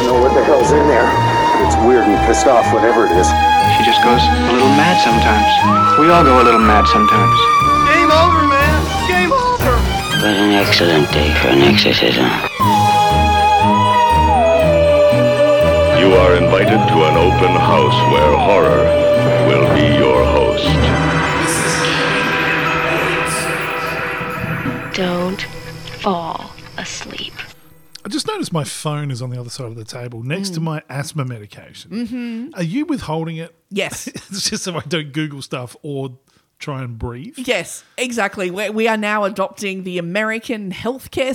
is in there. It's weird and pissed off, whatever it is. She just goes a little mad sometimes. We all go a little mad sometimes. Game over, man. Game over. It was an excellent day for an exorcism. You are invited to an open house where horror will be your host. Don't fall asleep. I just noticed my phone is on the other side of the table next Mm. to my asthma medication. Mm-hmm. Are you withholding it? Yes. it's just so I don't Google stuff or try and breathe. Yes, exactly. we we are now adopting the American healthcare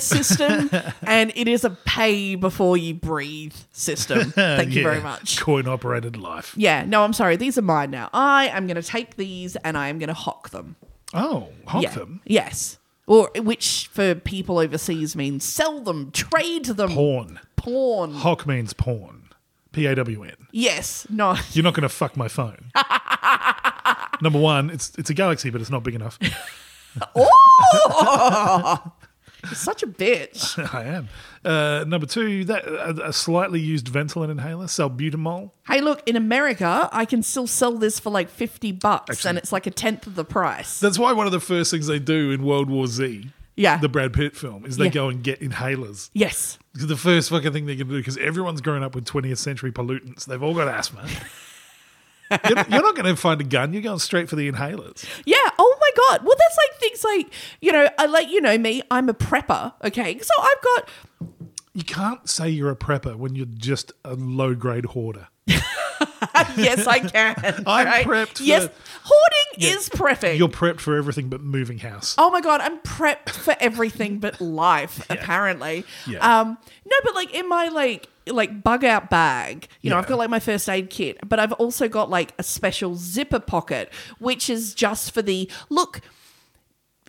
system, and it is a pay before you breathe system. Thank you Uh, Yeah. very much. Coin operated life. Yeah, no, I'm sorry. These are mine now. I am going to take these and I am going to hock them. Oh, honk yeah. them. Yes. Or which for people overseas means sell them, trade them, Porn. pawn. Hock means porn. P A W N. Yes. No. You're not going to fuck my phone. Number one, it's it's a galaxy, but it's not big enough. Oh! You're such a bitch. I am. Uh, number two, that a, a slightly used Ventolin inhaler, salbutamol. Hey, look, in America, I can still sell this for like 50 bucks Excellent. and it's like a tenth of the price. That's why one of the first things they do in World War Z, Yeah. the Brad Pitt film, is they Yeah. go and get inhalers. yes. Because The first fucking thing they're going to do, because everyone's grown up with 20th century pollutants. They've all got asthma. you're, you're not going to find a gun. You're going straight for the inhalers. Yeah. Oh my God. Well, that's like things like, you know, I like, you know me, I'm a prepper. Okay. So I've got, You can't say you're a prepper when you're just a low grade hoarder. yes, I can. I'm right? prepped for- yes. Hoarding Yeah. is prepping. You're prepped for everything but moving house. Oh my god, I'm prepped for everything but life, apparently. Yeah. Um no, but like in my like like bug out bag, you know, I've got like my first aid kit, but I've also got like a special zipper pocket, which is just for the look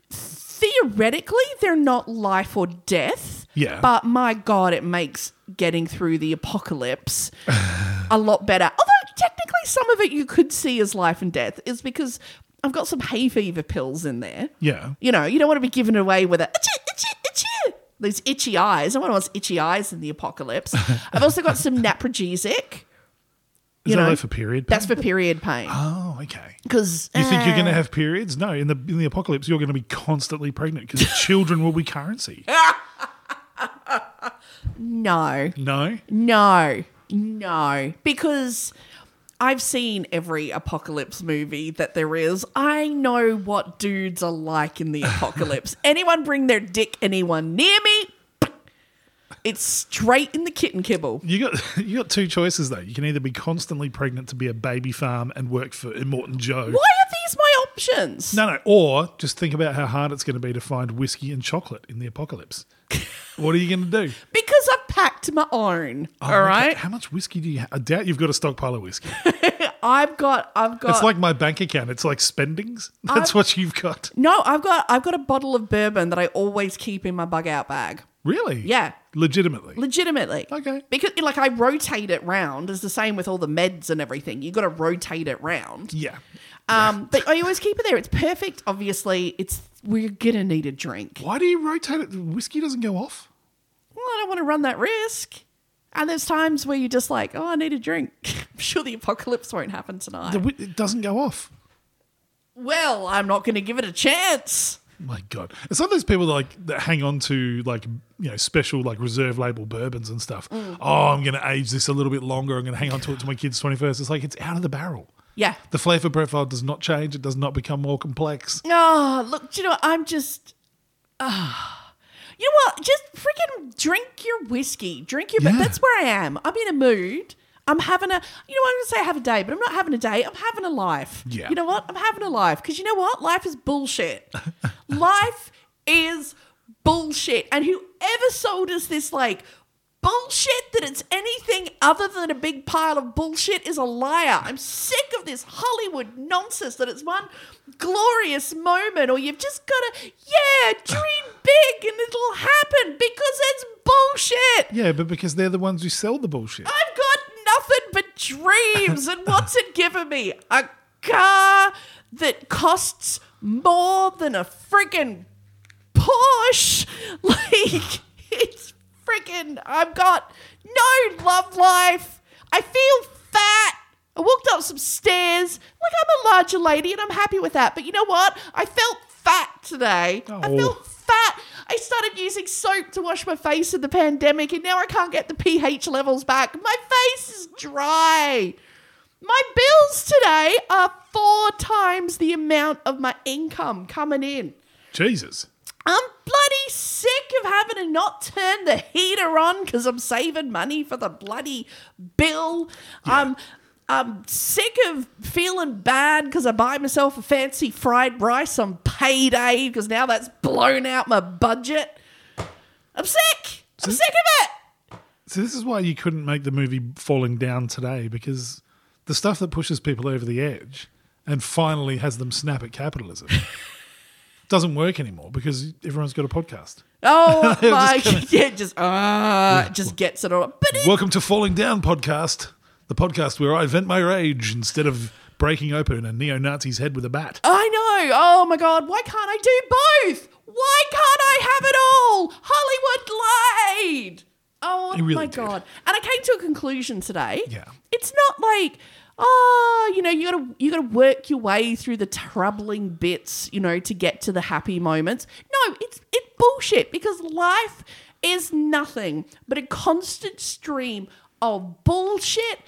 theoretically they're not life or death. Yeah. But my god, it makes getting through the apocalypse a lot better. Although technically some of it you could see as life and death is because I've got some hay fever pills in there. Yeah. You know, you don't want to be given away with a itchy, itchy, itchy. Those itchy eyes. No one wants itchy eyes in the apocalypse. I've also got some naprogesic. Is you that know, like for period? That's pain? for period pain. eh, Oh, okay. Because You think you're going to have periods? No, in the in the apocalypse, you're going to be constantly pregnant because children will be currency. no, No, no, no. Because I've seen every apocalypse movie that there is. I know what dudes are like in the apocalypse. anyone bring their dick anyone near me, it's straight in the kitten kibble. you got you got two choices though. You can either be constantly pregnant to be a baby farm and work for Immortan Joe. Why are these my options? No, no. Or just think about how hard it's going to be to find whiskey and chocolate in the apocalypse. what are you going to do? Because I've packed my own. all Oh, Okay, right. How much whiskey do you? have? I doubt you've got a stockpile of whiskey. I've got I've got It's like my bank account. It's like spendings. That's what you've got. No, I've got I've got a bottle of bourbon that I always keep in my bug out bag. Really? Yeah. Legitimately. Legitimately. Okay. Because like I rotate it round. It's the same with all the meds and everything. You gotta rotate it round. yeah. Um but I always keep it there. It's perfect, obviously. It's we're gonna need a drink. Why do you rotate it? Whiskey doesn't go off. well, I don't want to run that risk. And there's times where you're just like, oh, I need a drink. I'm sure the apocalypse won't happen tonight. The whi- it doesn't go off. well, I'm not going to give it a chance. My God, it's not those people like that hang on to like you know special like reserve label bourbons and stuff. Oh, I'm going to age this a little bit longer. I'm going to hang on to it to my kid's twenty first. It's like it's out of the barrel. Yeah. The flavor profile does not change. It does not become more complex. Oh, look, do you know what? I'm just. ah, You know what? Just freaking drink your whiskey. Drink your. but Yeah. That's where I am. I'm in a mood. I'm having a. You know what? I'm going to say have a day, but I'm not having a day. I'm having a life. Yeah. You know what? I'm having a life. Because you know what? Life is bullshit. life is bullshit. And whoever sold us this, like, bullshit that it's anything other than a big pile of bullshit is a liar. I'm sick of this Hollywood nonsense that it's one glorious moment or you've just got to, yeah, dream big and it'll happen because it's bullshit. Yeah, but because they're the ones who sell the bullshit. I've got nothing but dreams. And what's it given me? A car that costs more than a friggin' Porsche. Like, it's freaking, I've got no love life. I feel fat. I walked up some stairs. Like, I'm a larger lady and I'm happy with that. But you know what? I felt fat today. I Oh. felt fat. I started using soap to wash my face in the pandemic and now I can't get the pH levels back. My face is dry. My bills today are four times the amount of my income coming in. Jesus. I'm bloody sick of having to not turn the heater on because I'm saving money for the bloody bill. I'm I'm sick of feeling bad because I buy myself a fancy fried rice on payday because now that's blown out my budget. I'm sick. I'm sick of it. So this is why you couldn't make the movie Falling Down today because the stuff that pushes people over the edge and finally has them snap at capitalism doesn't work anymore because everyone's got a podcast. Oh my! yeah, just ah, just gets it all. But it, Welcome to Falling Down podcast, the podcast where I vent my rage instead of breaking open a neo-Nazi's head with a bat. I know. Oh my god, why can't I do both? Why can't I have it all? Hollywood lied. Oh It really my did. god. And I came to a conclusion today. Yeah. It's not like oh, you know, you gotta you gotta work your way through the troubling bits, you know, to get to the happy moments. No, it's it's bullshit because life is nothing but a constant stream of bullshit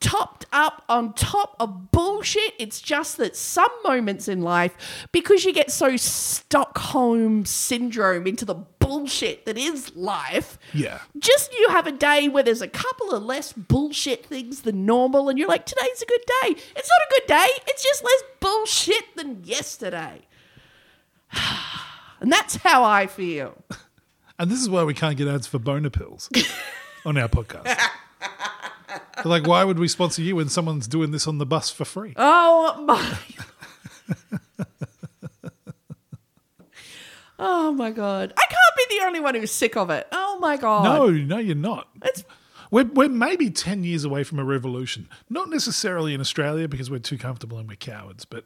topped up on top of bullshit. It's just that some moments in life, because you get so Stockholm syndrome into the bullshit that is life, Yeah. just you have a day where there's a couple of less bullshit things than normal, and you're like, today's a good day. It's not a good day, it's just less bullshit than yesterday. And that's how I feel. And this is why we can't get ads for boner pills on our podcast. They're like, why would we sponsor you when someone's doing this on the bus for free? Oh my. oh my god. I can't be the only one who's sick of it. Oh my god. no, no, you're not. It's We're, we're maybe 10 years away from a revolution. Not necessarily in Australia because we're too comfortable and we're cowards, but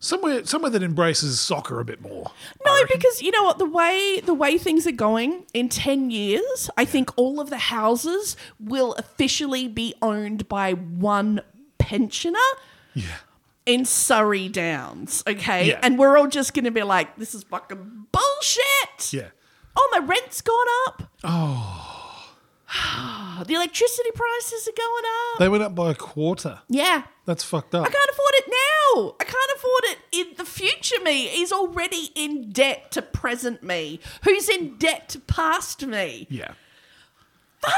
somewhere somewhere that embraces soccer a bit more. I no, reckon. because you know what the way the way things are going in 10 years, I think all of the houses will officially be owned by one pensioner Yeah. in Surrey Downs, okay? Yeah. And we're all just going to be like this is fucking bullshit. Yeah. Oh, my rent's gone up. Oh. the electricity prices are going up. They went up by a quarter. yeah. That's fucked up. I can't afford it now. I can't afford it in the future me. He's already in debt to present me, who's in debt to past me. Yeah. Fuck!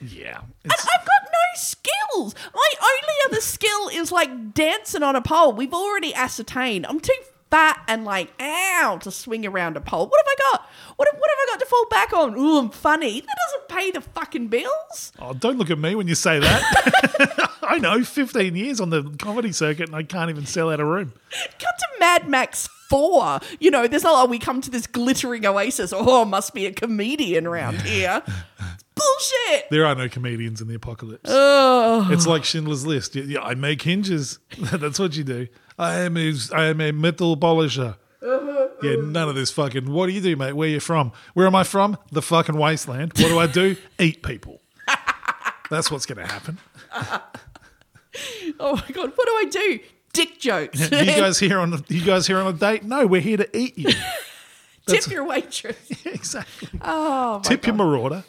Yeah. And It's- I've got no skills. My only other skill is like dancing on a pole. We've already ascertained I'm too fat and like ow to swing around a pole. What have I got? What have, what have I got to fall back on? Ooh, I'm funny. That doesn't pay the fucking bills. oh, don't look at me when you say that. I know, 15 years on the comedy circuit and I can't even sell out a room. Cut to Mad Max 4. You know, there's not, oh, we come to this glittering oasis. Oh, must be a comedian around here. It's bullshit. There are no comedians in the apocalypse. Ugh. It's like Schindler's List. Yeah, yeah, I make hinges. That's what you do. I am a, I am a metal polisher. Yeah, none of this fucking. What do you do, mate? Where you from? Where am I from? The fucking wasteland. What do I do? Eat people. That's what's going to happen. Oh my God. What do I do? Dick jokes. You guys here on you guys here on a date? No, we're here to eat you. Tip your waitress. exactly. Oh, my tip your marauder.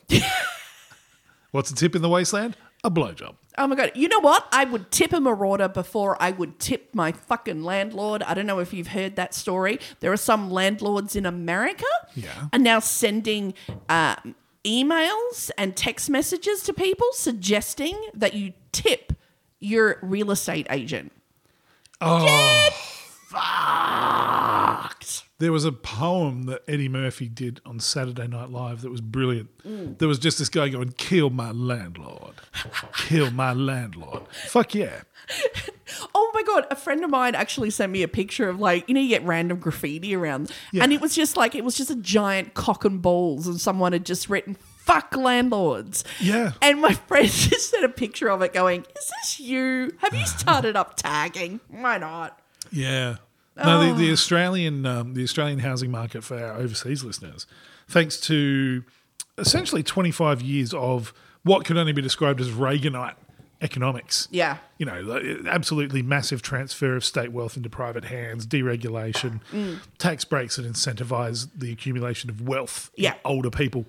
what's a tip in the wasteland? A blowjob. Oh my god! You know what? I would tip a marauder before I would tip my fucking landlord. I don't know if you've heard that story. There are some landlords in America Yeah. are now sending um, emails and text messages to people suggesting that you tip your real estate agent. Oh. Fucked. There was a poem that Eddie Murphy did on Saturday Night Live that was brilliant. Mm. There was just this guy going, "Kill my landlord, kill my landlord." Fuck yeah, Oh my god! A friend of mine actually sent me a picture of like you know you get random graffiti around, Yeah. and it was just like it was just a giant cock and balls, and someone had just written "fuck landlords." Yeah. And my friend just sent a picture of it, going, "Is this you? Have you started up tagging? Why not?" Oh. yeah. No, the, the Australian um, the Australian housing market for our overseas listeners thanks to essentially 25 years of what could only be described as Reaganite economics. Yeah. You know, the- absolutely massive transfer of state wealth into private hands, deregulation, tax breaks that incentivize the accumulation of wealth in Yeah. older people.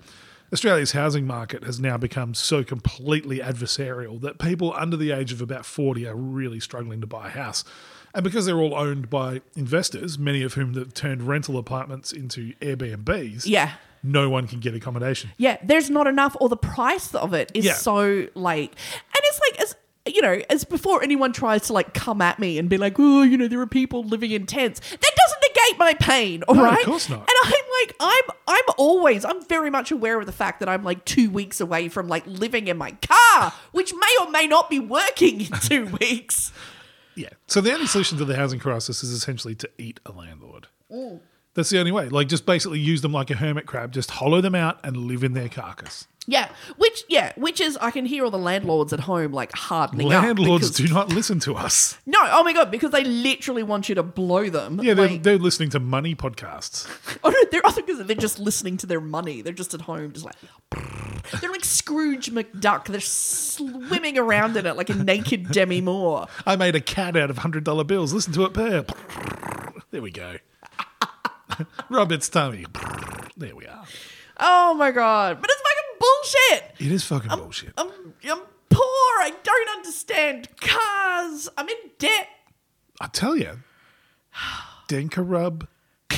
Australia's housing market has now become so completely adversarial that people under the age of about 40 are really struggling to buy a house. And because they're all owned by investors, many of whom have turned rental apartments into Airbnbs, Yeah. no one can get accommodation. Yeah, there's not enough, or the price of it is Yeah. so like, and it's like as you know, as before anyone tries to like come at me and be like, oh, you know, there are people living in tents. That doesn't negate my pain, all No, right? of course not. And I'm like, I'm I'm always, I'm very much aware of the fact that I'm like two weeks away from like living in my car, which may or may not be working in two weeks. Yeah. So the only solution to the housing crisis is essentially to eat a landlord. That's the only way. Like, just basically use them like a hermit crab, just hollow them out and live in their carcass. Yeah, which yeah, which is I can hear all the landlords at home like hardening up. Landlords because- do not listen to us. No, oh my god, because they literally want you to blow them. Yeah, they're, like- they're listening to money podcasts. Oh no, they're also because they're just listening to their money. They're just at home, just like they're like Scrooge McDuck. They're swimming around in it like a naked Demi Moore. I made a cat out of $100 bills. Listen to it purr. There we go. Rub its tummy. There we are. Oh my god! But it's fucking bullshit. It is fucking Um, bullshit. I'm I'm poor. I don't understand cars. I'm in debt. I tell you, Denkarub,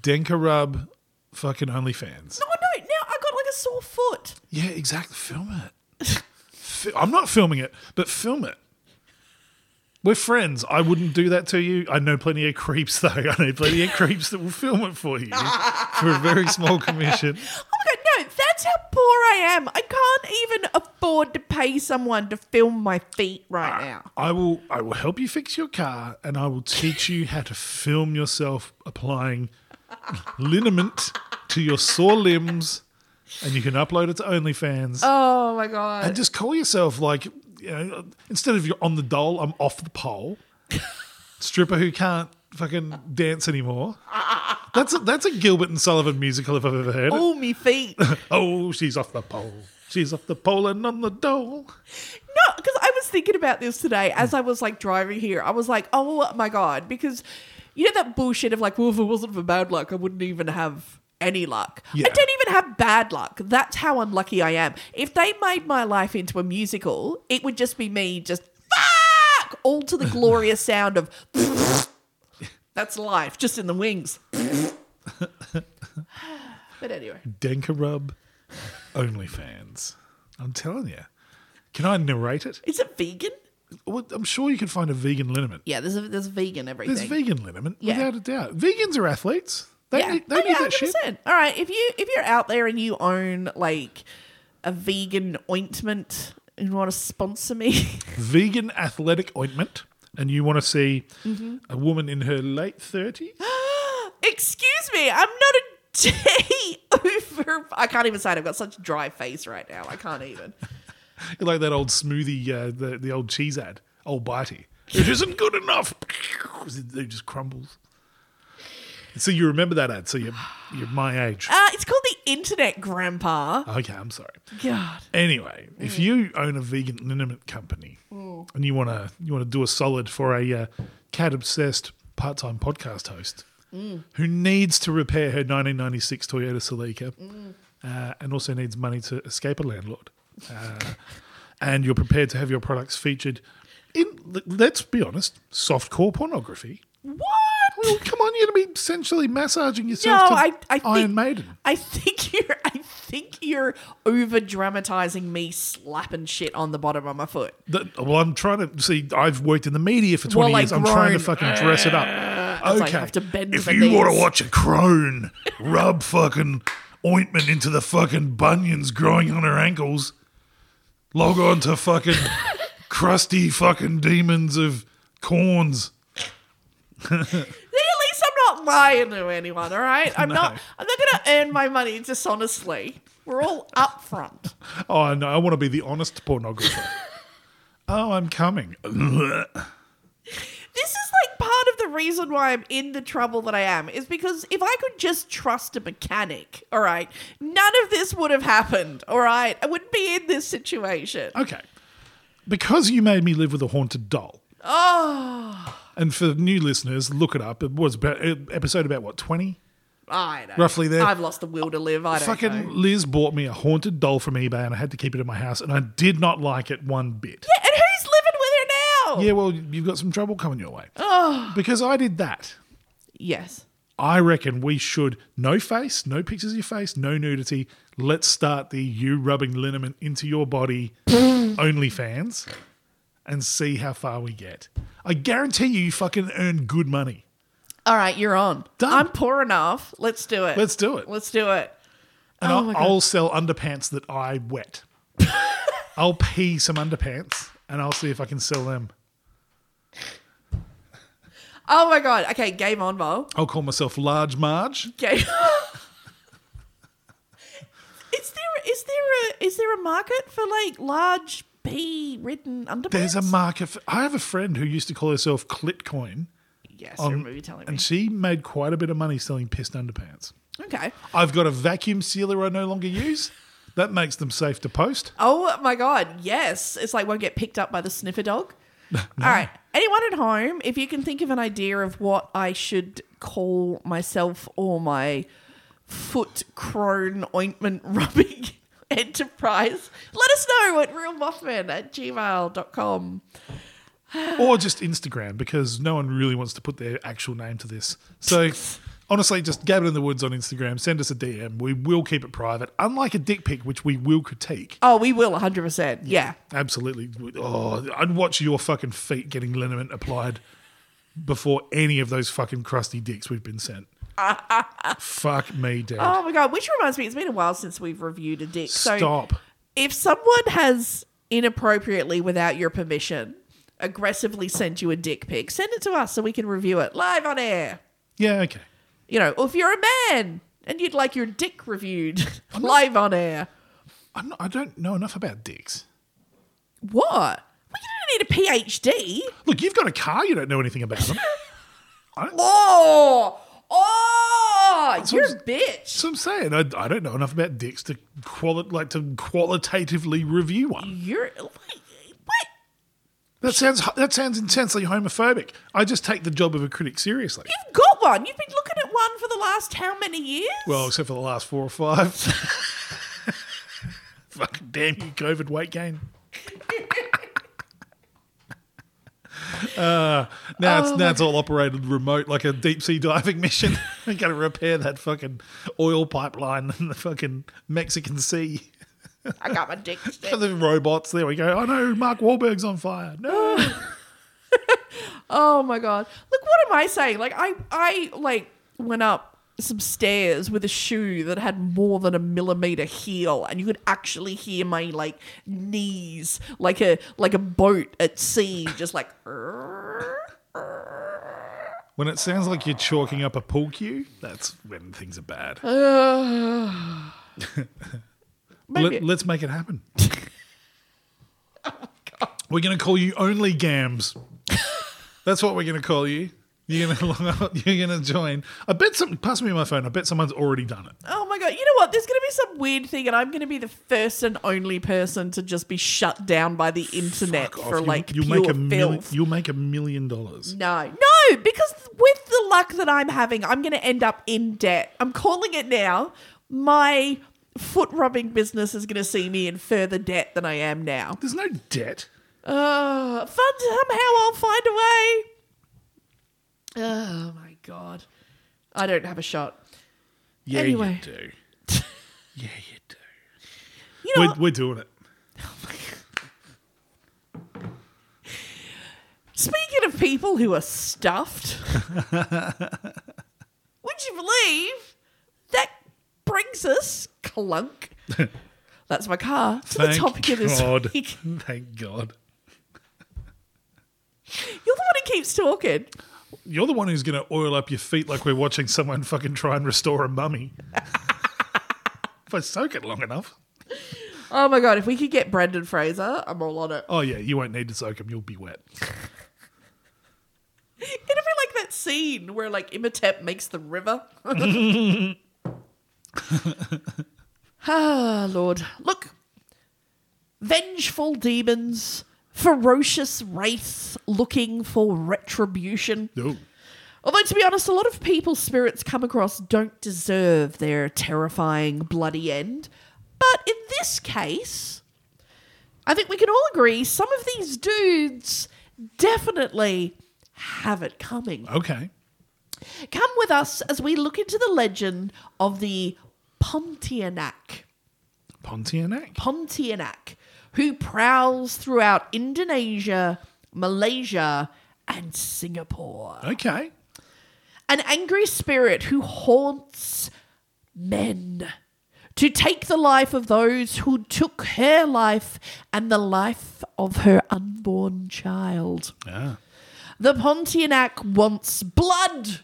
Denkarub, fucking OnlyFans. Oh no! Now I got like a sore foot. Yeah, exactly. Film it. Fi- I'm not filming it, but film it. We're friends. I wouldn't do that to you. I know plenty of creeps, though. I know plenty of creeps that will film it for you for a very small commission. Oh my god! No, that's how poor I am. I can't even afford to pay someone to film my feet right now. I will. I will help you fix your car, and I will teach you how to film yourself applying liniment to your sore limbs, and you can upload it to OnlyFans. Oh my god! And just call yourself like, you know, instead of you're on the dole, I'm off the pole. Stripper who can't fucking dance anymore. That's a, that's a Gilbert and Sullivan musical if I've ever heard it. All me feet. Oh, she's off the pole. She's off the pole and on the dole. No, because I was thinking about this today as I was like driving here. I was like, oh my God, because you know that bullshit of like, well, if it wasn't for bad luck, I wouldn't even have any luck. Yeah. I don't even have bad luck. That's how unlucky I am. If they made my life into a musical, it would just be me just fuck all to the glorious sound of that's life just in the wings. but anyway, Denkarub, OnlyFans. I'm telling you. Can I narrate it? is it vegan? Well, I'm sure you can find a vegan liniment. Yeah, there's a, there's vegan everything. There's vegan liniment, Yeah. without a doubt. Vegans are athletes. They, yeah, need, they Oh, need yeah, that shit. 100%. All right, if you if you're out there and you own like a vegan ointment and want to sponsor me, vegan athletic ointment and you want to see a woman in her late 30s excuse me, I'm not a day over. I can't even say it. I've got such a dry face right now. I can't even. You're like that old smoothie uh, the, the old cheese ad old bitey it isn't good enough it just crumbles so you remember that ad so you're, you're my age Uh, it's called the internet, Grandpa. okay i'm sorry God. anyway if you own a vegan liniment company Mm. and you want to you want to do a solid for a uh, cat obsessed part-time podcast host Mm. who needs to repair her 1996 Toyota Celica Mm. uh, and also needs money to escape a landlord. Uh, and you're prepared to have your products featured in, l- let's be honest, softcore pornography. Well, What? come on, you're going to be essentially massaging No, yourself to I, I think, Iron Maiden. I think you're I think you're over dramatizing me slapping shit on the bottom of my foot. The- well, I'm trying to see. I've worked in the media for 20 Well, I years. I'm trying to groan. fucking dress it up. Okay. like have to bend if the you want to knees. watch a crone rub fucking ointment into the fucking bunions growing on her ankles, log on to fucking crusty fucking demons of corns. Then at least I'm not lying to anyone, all right? I'm not I'm not gonna earn my money dishonestly. We're all upfront. Oh, no, I want to be the honest pornographer. oh, I'm coming. This is like part of the reason why I'm in the trouble that I am is because if I could just trust a mechanic, all right, none of this would have happened, all right? I wouldn't be in this situation. Okay. Because you made me live with a haunted doll. Oh. And for new listeners, look it up. It was about eh, episode about what, 20? I know. Roughly there. I've lost the will to live. I don't Fucking know. Liz bought me a haunted doll from eBay and I had to keep it in my house and I did not like it one bit. And who's living with her now? Yeah, well, you've got some trouble coming your way. Oh. Because I did that. Yes. I reckon we should no face, no pictures of your face, no nudity. Let's start the you rubbing liniment into your body OnlyFans and see how far we get. I guarantee you, you fucking earn good money. All right, you're on. Done. I'm poor enough. Let's do it. Let's do it. Let's do it. And Oh my I'll, God. I'll sell underpants that I wet. I'll pee some underpants and I'll see if I can sell them. Oh my god. Okay, game on, Vol. I'll call myself Large Marge. Okay. is there is there a is there a market for like large P written underpants? There's a market. For, I have a friend who used to call herself Clitcoin, yes. on- you're movie telling me. and she made quite a bit of money selling pissed underpants. okay. I've got a vacuum sealer I no longer use. That makes them safe to post. Oh my god. Yes. It's like won't get picked up by the sniffer dog. All right. Anyone at home, if you can think of an idea of what I should call myself or my foot crone ointment rubbing enterprise, let us know at realmothman at gmail.com. Or just Instagram, because no one really wants to put their actual name to this. So honestly, just Gavin in the Woods on Instagram. Send us a DM. We will keep it private, unlike a dick pic, which we will critique. Oh, we will 100%. Yeah. Absolutely. Oh, I'd watch your fucking feet getting liniment applied before any of those fucking crusty dicks we've been sent. Fuck me, Dad. Oh my god, which reminds me, it's been a while since we've reviewed a dick. So Stop. if someone has inappropriately, without your permission, aggressively sent you a dick pic, send it to us so we can review it live on air. Yeah, okay. You know, or if you're a man and you'd like your dick reviewed live on air, I'm not, I don't know enough about dicks. what? We don't need a PhD. Look, you've got a car, you don't know anything about them. Oh, oh, you're a bitch. So I'm saying I, I don't know enough about dicks to quali- like to qualitatively review one. You're like, what? That sounds that sounds intensely homophobic. I just take the job of a critic seriously. You've got one. You've been looking at one for the last how many years? Well, except for the last four or five. Fucking damn you, COVID weight gain. Uh, now it's now it's all operated remote like a deep sea diving mission. I got to repair that fucking oil pipeline in the fucking Mexican Sea. I got my dick. stick. The robots. There we go. Oh no, Mark Wahlberg's on fire. No, Oh my god! Look, what am I saying? Like I, I like went up some stairs with a shoe that had more than a millimeter heel, and you could actually hear my like knees, like a like a boat at sea, just like. when it sounds like you're chalking up a pool cue, that's when things are bad. Maybe- Let, us make it happen. Oh, We're going to call you only Gams. That's what we're going to call you. You're going to you're going to join. I bet some. Pass me my phone. I bet someone's already done it. oh my god! You know what? There's gonna be some weird thing, and I'm gonna be the first and only person to just be shut down by the internet Fuck for off. like you, pure make a filth. million. You'll make a million dollars. No, no, because with the luck that I'm having, I'm going to end up in debt. I'm calling it now. My foot rubbing business is going to see me in further debt than I am now. There's no debt. Uh, fun somehow I'll find a way. Oh my god, I don't have a shot. Yeah, Anyway. you do. yeah, you do. You know, We're, we're doing it. Speaking of people who are stuffed, would you believe that brings us clunk? That's my car to the topic of this God. week. Thank God. You're the one who keeps talking. You're the one who's going to oil up your feet like we're watching someone fucking try and restore a mummy. if I soak it long enough. Oh my god! If we could get Brendan Fraser, I'm all on it. Oh yeah, you won't need to soak them. You'll be wet. It'll be like that that scene where like Imhotep makes the river. ah, Lord. Look. Vengeful demons, ferocious wraiths looking for retribution. No. Although, to be honest, a lot of people spirits come across don't deserve their terrifying, bloody end. But in this case, I think we can all agree some of these dudes definitely have it coming. Okay. Come with us as we look into the legend of the Pontianak. Pontianak. Pontianak, who prowls throughout Indonesia, Malaysia, and Singapore. Okay. an angry spirit who haunts men to take the life of those who took her life and the life of her unborn child. Yeah. The Pontianak wants blood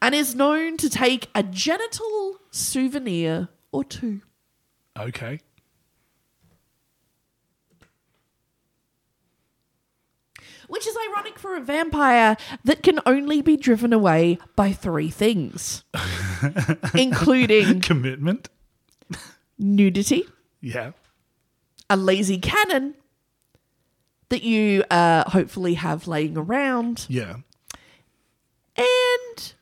and is known to take a genital souvenir or two. Okay. Which is ironic for a vampire that can only be driven away by three things, including Commitment. nudity, Yeah. a lazy cannon that you uh, hopefully have laying around Yeah. and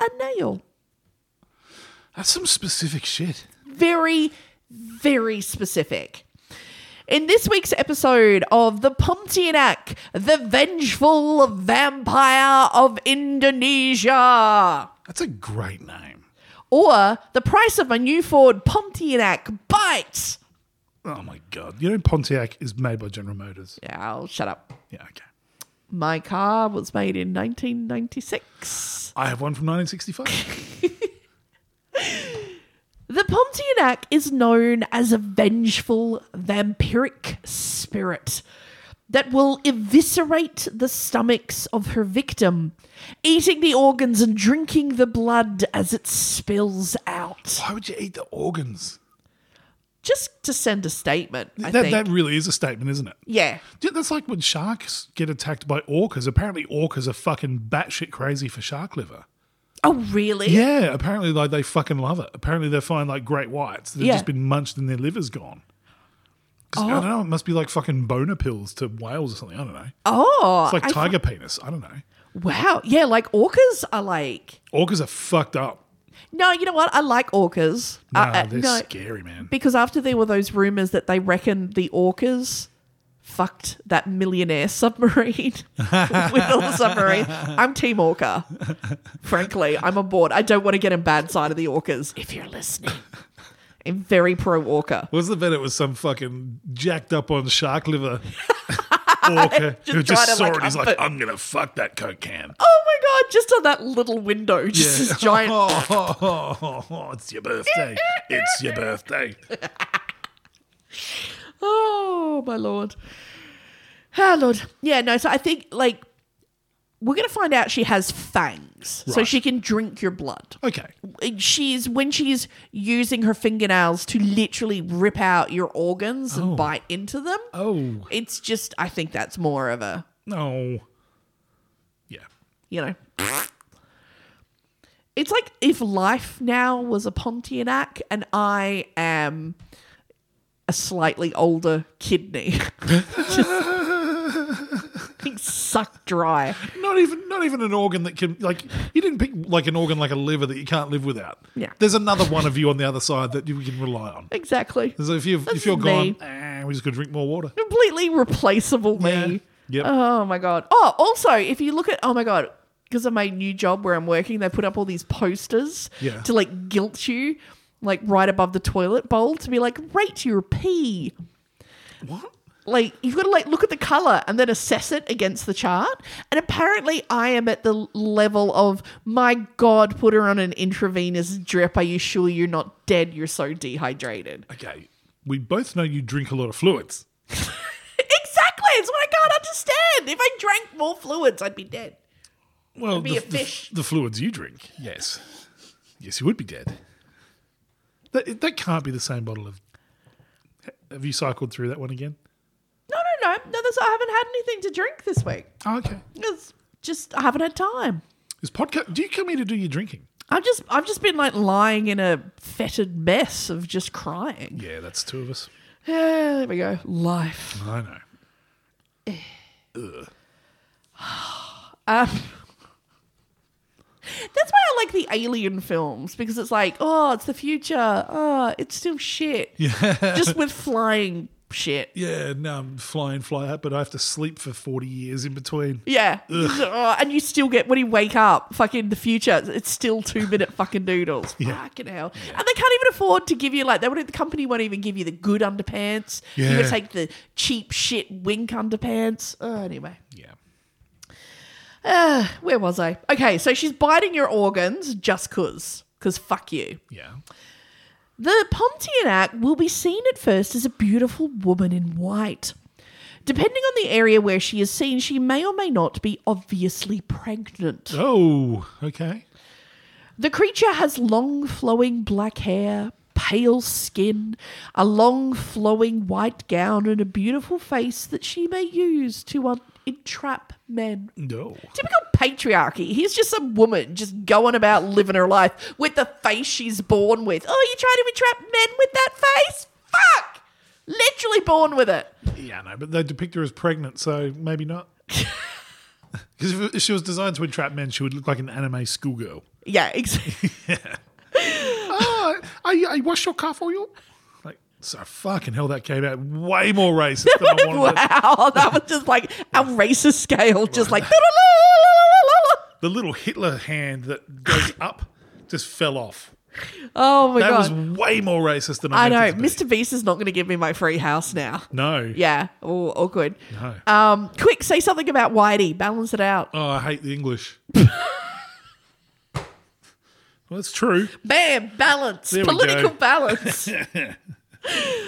a nail. That's some specific shit. Very, very specific. In this week's episode of The Pontianak, the vengeful vampire of Indonesia, That's a great name. or the price of a new Ford Pontianak bites. Oh my god. You know Pontiac is made by General Motors. Yeah, oh, shut up. Yeah, okay. My car was made in 1996. I have one from 1965. The Pontianak is known as a vengeful vampiric spirit that will eviscerate the stomachs of her victim, eating the organs and drinking the blood as it spills out. Why would you eat the organs? Just to send a statement, I that think. that really is a statement, isn't it? yeah. Yeah, that's like when sharks get attacked by orcas. Apparently, orcas are fucking batshit crazy for shark liver. Oh, really? Yeah, apparently, like they fucking love it. Apparently, they find like great whites. They've Yeah. just been munched and their liver's gone. 'Cause, I don't know. It must be like fucking boner pills to whales or something. I don't know. Oh, It's like I- tiger penis. I don't know. wow. Yeah, like orcas are like. Orcas are fucked up. No, you know what? I like orcas. Nah, Uh, uh, they're scary, man. because after there were those rumors that they reckoned the orcas fucked that millionaire submarine with the submarine. I'm team orca. Frankly, I'm on board. I don't want to get in bad side of the orcas. If you're listening, I'm very pro orca. Was the vet? It was some fucking jacked up on shark liver orca who Just just trying to, saw like, it. He's up like, it. I'm gonna fuck that coke can. Oh my god! Just on that little window, just this giant. Oh, oh, oh, oh, oh, it's your birthday. It's your birthday. Oh my lord. Ah, lord. Yeah, no. So I think like we're gonna find out she has fangs, so Right. she can drink your blood. Okay. she's when she's using her fingernails to literally rip out your organs and bite into them. Oh. It's just I think that's more of a No. Yeah. you know. It's like if life now was a Pontianak and I am a slightly older kidney. just being sucked dry. Not even not even an organ that can like you didn't pick like an organ like a liver that you can't live without. Yeah. There's another one of you on the other side that you can rely on. Exactly. So if you've That's if you're me. gone, eh, we just gotta drink more water. Completely replaceable me. Yeah. Yep. Oh my god. Oh, also, if you look at oh my god, because of my new job where I'm working, they put up all these posters Yeah. to like guilt you, like right above the toilet bowl to be like rate your pee. what? Like you've got to like look at the color and then assess it against the chart. And apparently, I am at the level of my god, put her on an intravenous drip. Are you sure you're not dead? You're so dehydrated. Okay. We both know you drink a lot of fluids. Exactly. It's what I can't understand. If I drank more fluids, I'd be dead. Well, be the, a fish. The, the fluids you drink. Yes. Yes, you would be dead. That, that can't be the same bottle of. Have you cycled through that one again? No, no, no, no. That's, I haven't had anything to drink this week. Oh, okay. It's just I haven't had time. Is podcast? Do you come here to do your drinking? I've just I've just been like lying in a fetid mess of just crying. Yeah, that's two of us. Yeah, there we go. Life. I know. Um, that's why I like the alien films because it's like, oh, it's the future. Oh, it's still shit. Yeah, Just with flying shit. yeah. Now I'm flying, fly out, but I have to sleep for forty years in between. Yeah. Oh, and you still get, when you wake up, fucking the future, it's still two minute fucking noodles. Fucking hell. And they can't even afford to give you, like, they wouldn't, the company won't even give you the good underpants. You Yeah. would take the cheap shit wink underpants. Oh, anyway. Yeah. Uh, where was I? Okay, so she's biting your organs just cause. Cause fuck you. Yeah. The Pomtian Act will be seen at first as a beautiful woman in white. Depending on the area where she is seen, she may or may not be obviously pregnant. Oh, okay. The creature has long flowing black hair, pale skin, a long flowing white gown, and a beautiful face that she may use to un- entrap men. No. Typical patriarchy. Here's just some woman just going about living her life with the face she's born with. Oh, you trying to entrap men with that face? Fuck! Literally born with it. Yeah, no. But they depict her as pregnant, so maybe not. Because if if she was designed to entrap men, she would look like an anime schoolgirl. Yeah, exactly. Oh, I, I wash your car for you. Like, so fucking hell, that came out way more racist than I wanted. it. wow, that was just like a racist scale, just like. The little Hitler hand that goes up just fell off. Oh my That god. was way more racist than I, I know. meant it to Mr. Beast is not going to give me my free house now. be. No. Yeah. Oh, awkward. No. Um, quick, say something about Whitey. Balance it out. Oh, I hate the English. well, that's true. Bam, balance, There we political go. balance.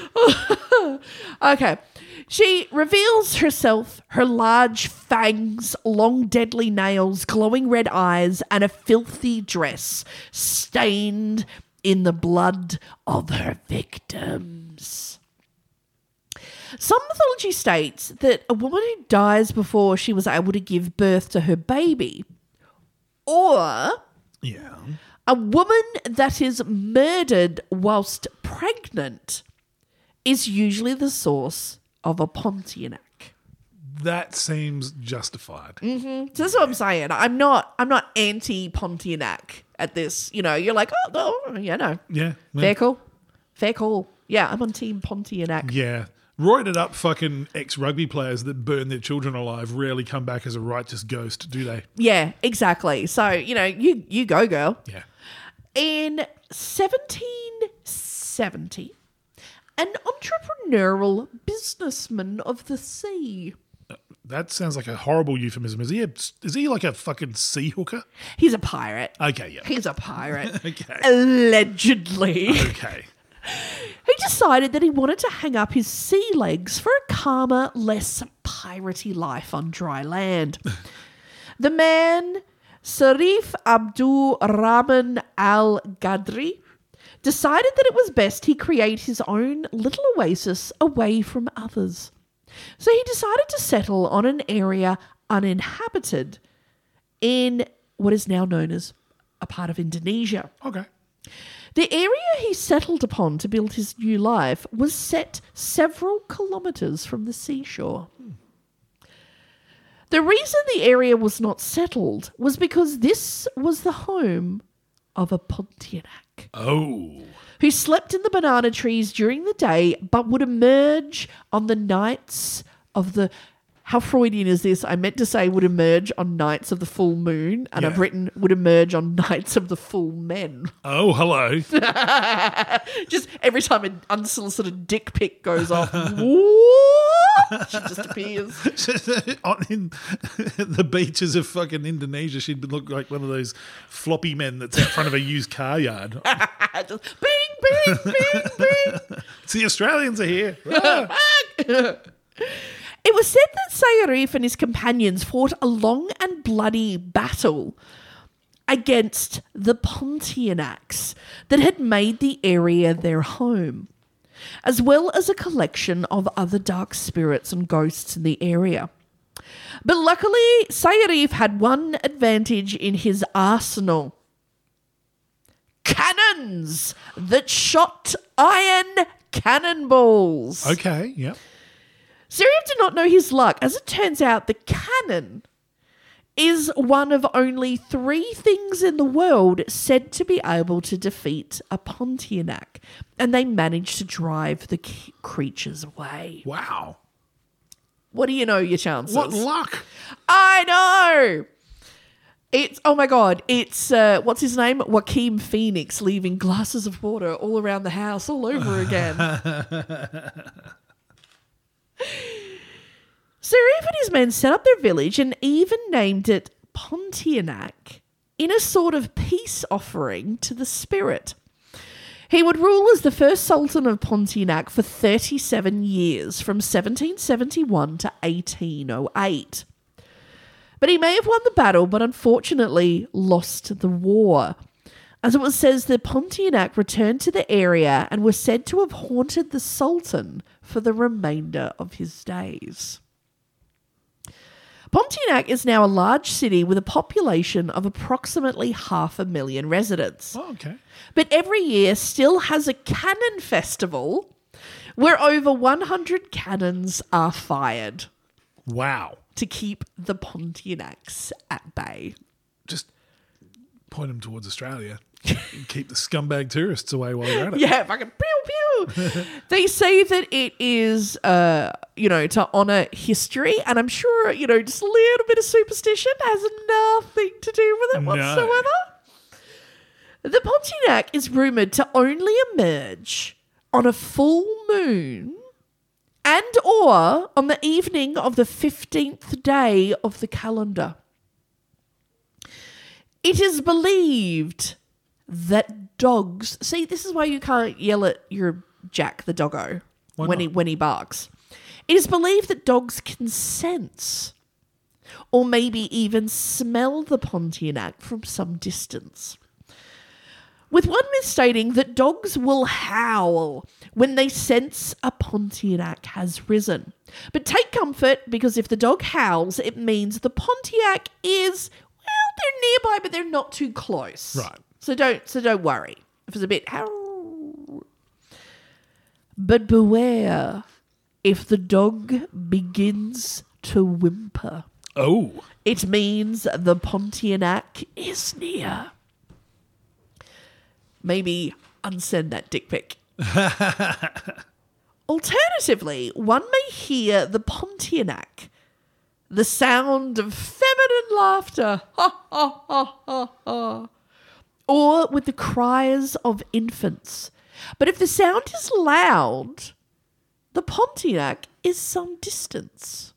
okay. She reveals herself, her large fangs, long deadly nails, glowing red eyes, and a filthy dress stained in the blood of her victims. Some mythology states that a woman who dies before she was able to give birth to her baby, or Yeah. a woman that is murdered whilst pregnant is usually the source of a Pontianak. That seems justified. Mm. So that's what I'm saying. I'm not I'm not anti Pontianak at this. You know, you're like, oh, oh yeah, no. Yeah. yeah. Fair call. Fair call. Yeah, I'm on team Pontianak. Yeah. Roided up fucking ex rugby players that burn their children alive rarely come back as a righteous ghost, do they? Yeah, exactly. So, you know, you you go, girl. Yeah. In 1770, an entrepreneurial businessman of the sea That sounds like a horrible euphemism. Is he a, is he like a fucking sea hooker? He's a pirate. Okay, yeah. He's a pirate. Okay. Allegedly. Okay. he decided that he wanted to hang up his sea legs for a calmer, less piratey life on dry land. the man, Sarif Abdul Rahman Al Gadri, decided that it was best he create his own little oasis away from others. So he decided to settle on an area uninhabited in what is now known as a part of Indonesia. Okay. The area he settled upon to build his new life was set several kilometres from the seashore. The reason the area was not settled was because this was the home of a Pontianak Oh. who slept in the banana trees during the day but would emerge on the nights of the. How Freudian is this? I meant to say would emerge on nights of the full moon, and I've Yeah. written would emerge on nights of the full men. Oh, hello. just every time an unsolicited dick pic goes off, what? She just appears. On in the beaches of fucking Indonesia, she'd look like one of those floppy men that's out front of a used car yard. just bing, bing, bing, bing. It's the Australians are here. Ah. It was said that Sayarif and his companions fought a long and bloody battle against the Pontianaks that had made the area their home, as well as a collection of other dark spirits and ghosts in the area. But luckily, Sayarif had one advantage in his arsenal cannons that shot iron cannonballs. Okay, yep. Sirium did not know his luck. As it turns out, the cannon is one of only three things in the world said to be able to defeat a Pontianak, and they managed to drive the c- creatures away. Wow. What do you know, your chances? What luck. I know. It's oh my god! It's uh, what's his name? Joaquin Phoenix leaving glasses of water all around the house, all over again. Sir Eve and his men set up their village and even named it Pontianak in a sort of peace offering to the spirit. He would rule as the first Sultan of Pontianak for 37 years, from 1771 to 1808. But he may have won the battle, but unfortunately lost the war. As it was says, the Pontianak returned to the area and were said to have haunted the Sultan for the remainder of his days. Pontianak is now a large city with a population of approximately half a million residents Oh, okay. but every year still has a cannon festival where over 100 cannons are fired Wow. to keep the Pontiacs at bay. Just point them towards Australia. and Keep the scumbag tourists away while you're at it. Yeah, fucking pew pew. they say that it is, uh, you know, to honor history, and I'm sure, you know, just a little bit of superstition has nothing to do with it No. whatsoever. The Pontianak is rumored to only emerge on a full moon and or on the evening of the 15th day of the calendar. It is believed that dogs see this is why you can't yell at your Jack the doggo Why when not? he when he barks. It is believed that dogs can sense or maybe even smell the Pontianak from some distance. With one myth stating that dogs will howl when they sense a Pontiac has risen. But take comfort because if the dog howls, it means the Pontiac is, well, they're nearby, but they're not too close. Right. So don't so don't worry. If it's a bit howl. But beware if the dog begins to whimper. Oh. It means the Pontianak is near. Maybe unsend that dick pic. Alternatively, one may hear the Pontianak, the sound of feminine laughter, ha ha ha ha ha, or with the cries of infants. But if the sound is loud, the Pontianak is some distance.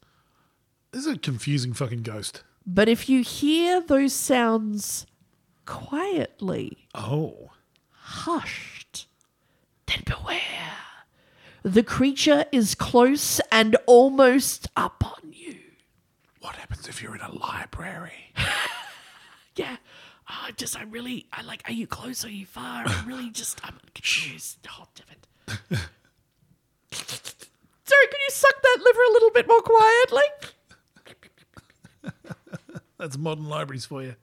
This is a confusing fucking ghost. But if you hear those sounds quietly, Oh. hushed, then beware. The creature is close and almost upon you. What happens if you're in a library? Yeah. Oh, just, I'm really, I like, are you close? Are you far? I'm really just, I'm confused. Oh, damn it. Sorry, can you suck that liver a little bit more quietly? That's modern libraries for you.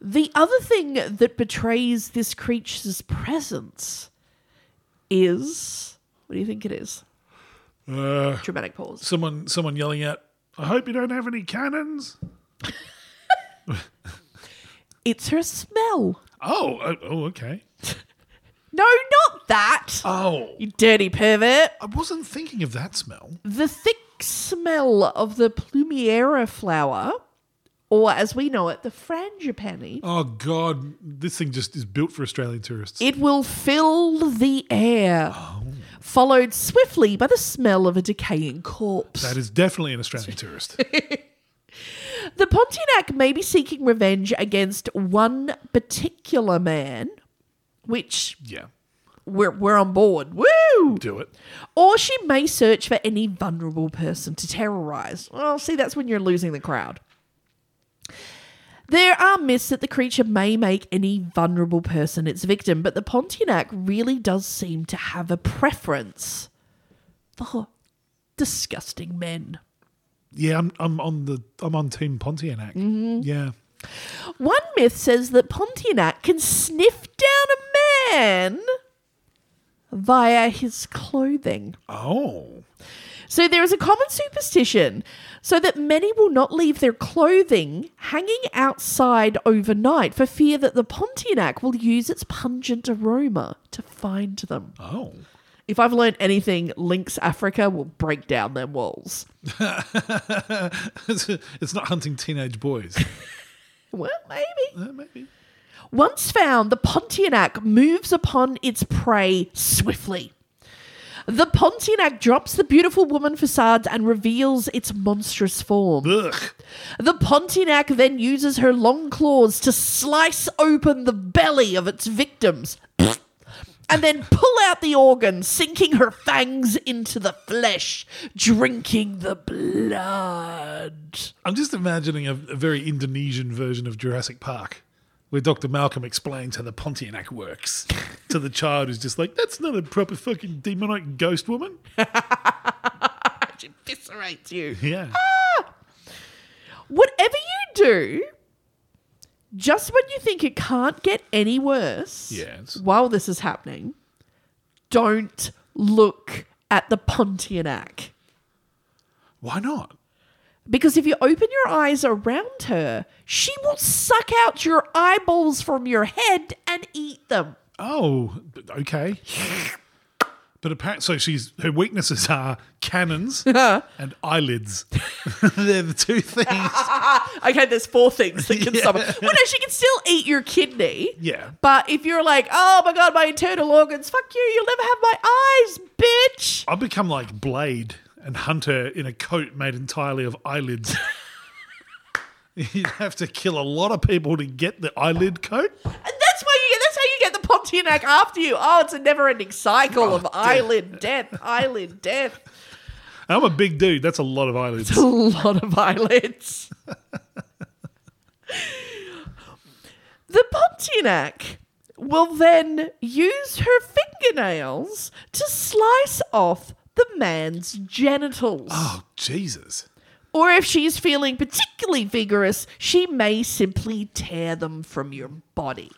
The other thing that betrays this creature's presence is what do you think it is? Dramatic pause. Someone someone yelling out, I hope you don't have any cannons. It's her smell. Oh, oh, oh okay. No, not that. Oh. you dirty pervert. I wasn't thinking of that smell. The thick smell of the plumiera flower, or as we know it, the frangipani, Oh God, this thing just is built for Australian tourists. it will fill the air, followed swiftly by the smell of a decaying corpse. that is definitely an Australian tourist. The Pontianak may be seeking revenge against one particular man, which Yeah, we're, we're on board. Woo! do it. Or she may search for any vulnerable person to terrorize. Well, see, that's when you're losing the crowd. There are myths that the creature may make any vulnerable person its victim, but the Pontianak really does seem to have a preference for disgusting men. Yeah, I'm I'm on the I'm on Team Pontianak. Yeah. One myth says that Pontianak can sniff down a man via his clothing. Oh. So there is a common superstition so that many will not leave their clothing hanging outside overnight for fear that the Pontianak will use its pungent aroma to find them. Oh. If I've learned anything, Lynx Africa will break down their walls. it's, it's not hunting teenage boys. Well, maybe. Uh, maybe. Once found, the Pontianak moves upon its prey swiftly. The Pontianak drops the beautiful woman facades and reveals its monstrous form. Ugh. The Pontianak then uses her long claws to slice open the belly of its victims and then pull out the organ, sinking her fangs into the flesh, drinking the blood. I'm just imagining a, a very Indonesian version of Jurassic Park, where Dr. Malcolm explains how the Pontianak works to the child who's just like, that's not a proper fucking demonic ghost woman. It eviscerates you. Yeah. Whatever you do, just when you think it can't get any worse Yes. while this is happening, don't look at the Pontianak. Why not? Because if you open your eyes around her, she will suck out your eyeballs from your head and eat them. Oh, but okay. But apparently, so she's her weaknesses are cannons and eyelids. They're the two things. Okay, there's four things that can Yeah. summon. Well, no, she can still eat your kidney. Yeah. But if you're like, oh my God, my internal organs, fuck you, you'll never have my eyes, bitch. I'll become like Blade and hunt her in a coat made entirely of eyelids. You'd have to kill a lot of people to get the eyelid coat. And that's why you get that's how you get the Pontianak after you. Oh, it's a never ending cycle of eyelid death, eyelid death. And I'm a big dude. That's a lot of eyelids. a lot of eyelids. the Pontianak will then use her fingernails to slice off the man's genitals. Oh, Jesus. Or if she's feeling particularly vigorous, she may simply tear them from your body.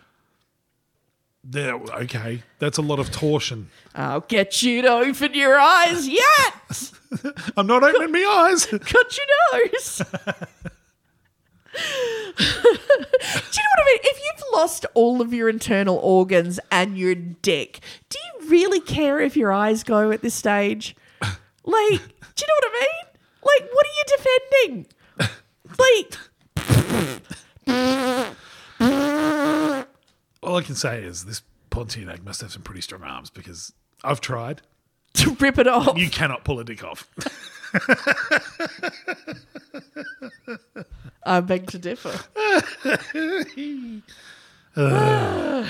There, okay. That's a lot of torsion. I'll get you to open your eyes yet! I'm not opening my eyes. Cut your nose. Do you know what I mean? If you've lost all of your internal organs and your dick, do you really care if your eyes go at this stage? Like, do you know what I mean? Like, what are you defending? Like, All I can say is this Pontianak must have some pretty strong arms because I've tried. to rip it off. You cannot pull a dick off. I beg to differ. Oh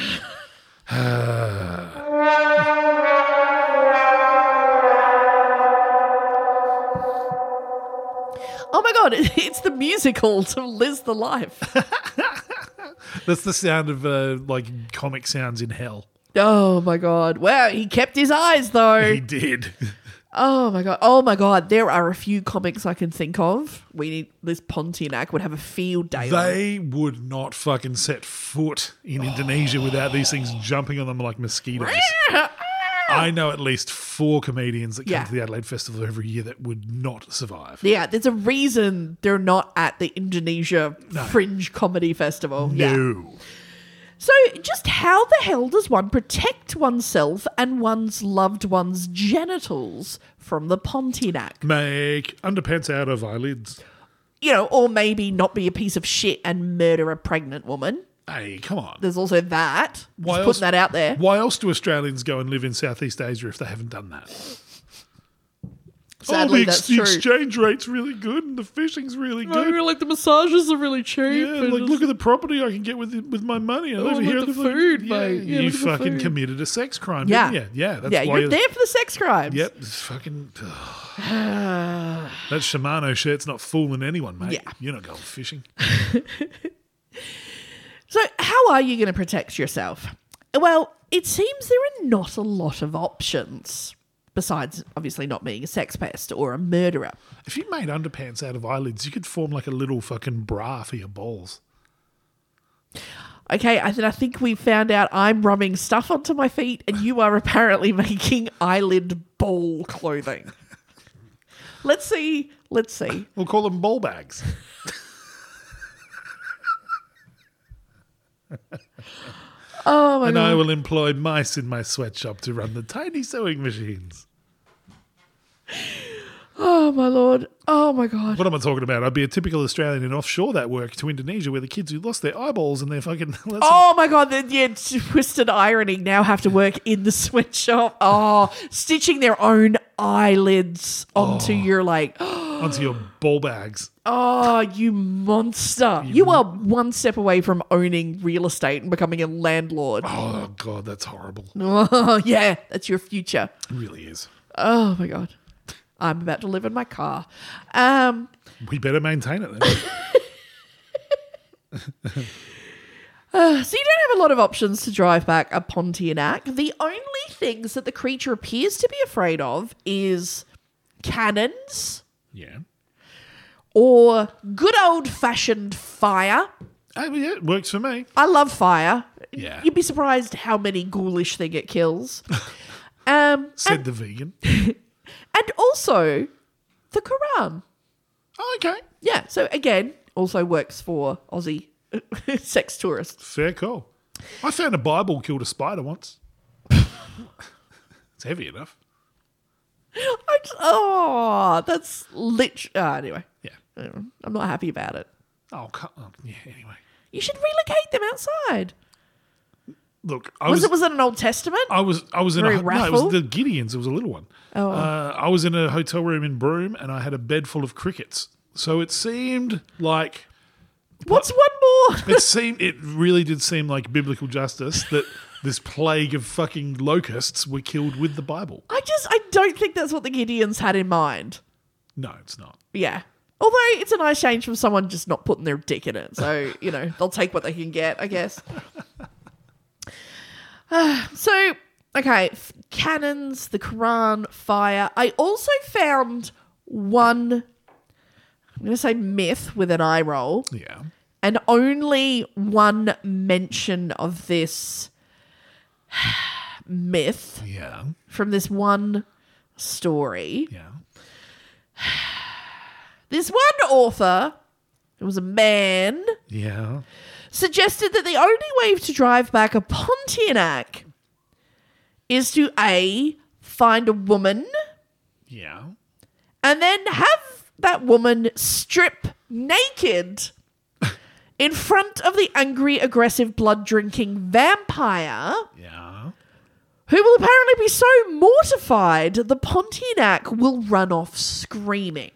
oh my god, it's the musical to Liz the Life. That's the sound of uh, like comic sounds in hell. Oh my god. Wow, he kept his eyes though. He did. Oh my god. Oh my god, there are a few comics I can think of. We need this Pontianak would have a field day. on. They would not fucking set foot in Indonesia without these things jumping on them like mosquitoes. I know at least four comedians that come Yeah. to the Adelaide Festival every year that would not survive. Yeah, there's a reason they're not at the Indonesia Fringe Comedy Festival. Yeah. No. So, just how the hell does one protect oneself and one's loved one's genitals from the Pontianak? Make underpants out of eyelids. You know, or maybe not be a piece of shit and murder a pregnant woman. Hey, come on. There's also that. Why else- just putting that out there. Why else do Australians go and live in Southeast Asia if they haven't done that? Sadly, oh, the, ex- that's the true. exchange rate's really good and the fishing's really good. like the massages are really cheap. Yeah, like look at the property I can get with with my money. And Oh, over look here, at the look- food, yeah, mate. Yeah, you look at the fucking food. committed a sex crime, yeah. didn't you? Yeah, that's yeah, why. you're there for the sex crimes. Yep, it's fucking. ugh. that Shimano shirt's not fooling anyone, mate. Yeah. You're not going fishing. So, how are you going to protect yourself? Well, it seems there are not a lot of options. Besides, obviously, not being a sex pest or a murderer. If you made underpants out of eyelids, you could form like a little fucking bra for your balls. Okay, I, then I think we found out I'm rubbing stuff onto my feet, and you are apparently making eyelid ball clothing. let's see. Let's see. We'll call them ball bags. Oh my and god! I will employ mice in my sweatshop to run the tiny sewing machines. Oh my lord! Oh my god! What am I talking about? I'd be a typical Australian and offshore that work to Indonesia where the kids who lost their eyeballs and their fucking. Oh my god, then yeah, twisted irony now have to work in the sweatshop. Oh, stitching their own eyelids onto your like, onto your ball bags. oh, you monster. You are one step away from owning real estate and becoming a landlord. Oh, God, that's horrible. Oh, yeah, that's your future. It really is. Oh my god. I'm about to live in my car. Um We better maintain it then. So you don't have a lot of options to drive back a Pontianak. The only things that the creature appears to be afraid of is cannons yeah. or good old fashioned fire. Oh, well, yeah, it works for me. I love fire. Yeah. You'd be surprised how many ghoulish thing it kills. um Said the vegan. and also the Quran. Oh, okay. Yeah, so again, also works for Aussie sex tourists. Fair call. I found a Bible killed a spider once. it's heavy enough. I just, oh, that's lit. Uh, anyway, Yeah. I'm not happy about it. Oh, come on. Yeah, anyway. You should relocate them outside. Look, I Was, was. Uh, it was it an Old Testament? I was I was in Very a no, it raffle? was the Gideons. It was a little one. Oh. Uh, I was in a hotel room in Broome, and I had a bed full of crickets. So it seemed like What's one more? it seemed it really did seem like biblical justice that this plague of fucking locusts were killed with the Bible. I just I don't think that's what the Gideons had in mind. No, it's not. Yeah. Although it's a nice change from someone just not putting their dick in it. So, you know, they'll take what they can get, I guess. Ah, so, okay, f- cannons, the Quran, fire. I also found one, I'm going to say myth with an eye roll, Yeah. and only one mention of this myth Yeah. from this one story. Yeah. This one author, it was a man, Yeah. suggested that the only way to drive back a Pontianak is to A, find a woman Yeah. and then have that woman strip naked in front of the angry, aggressive, blood drinking vampire Yeah. who will apparently be so mortified the Pontianak will run off screaming.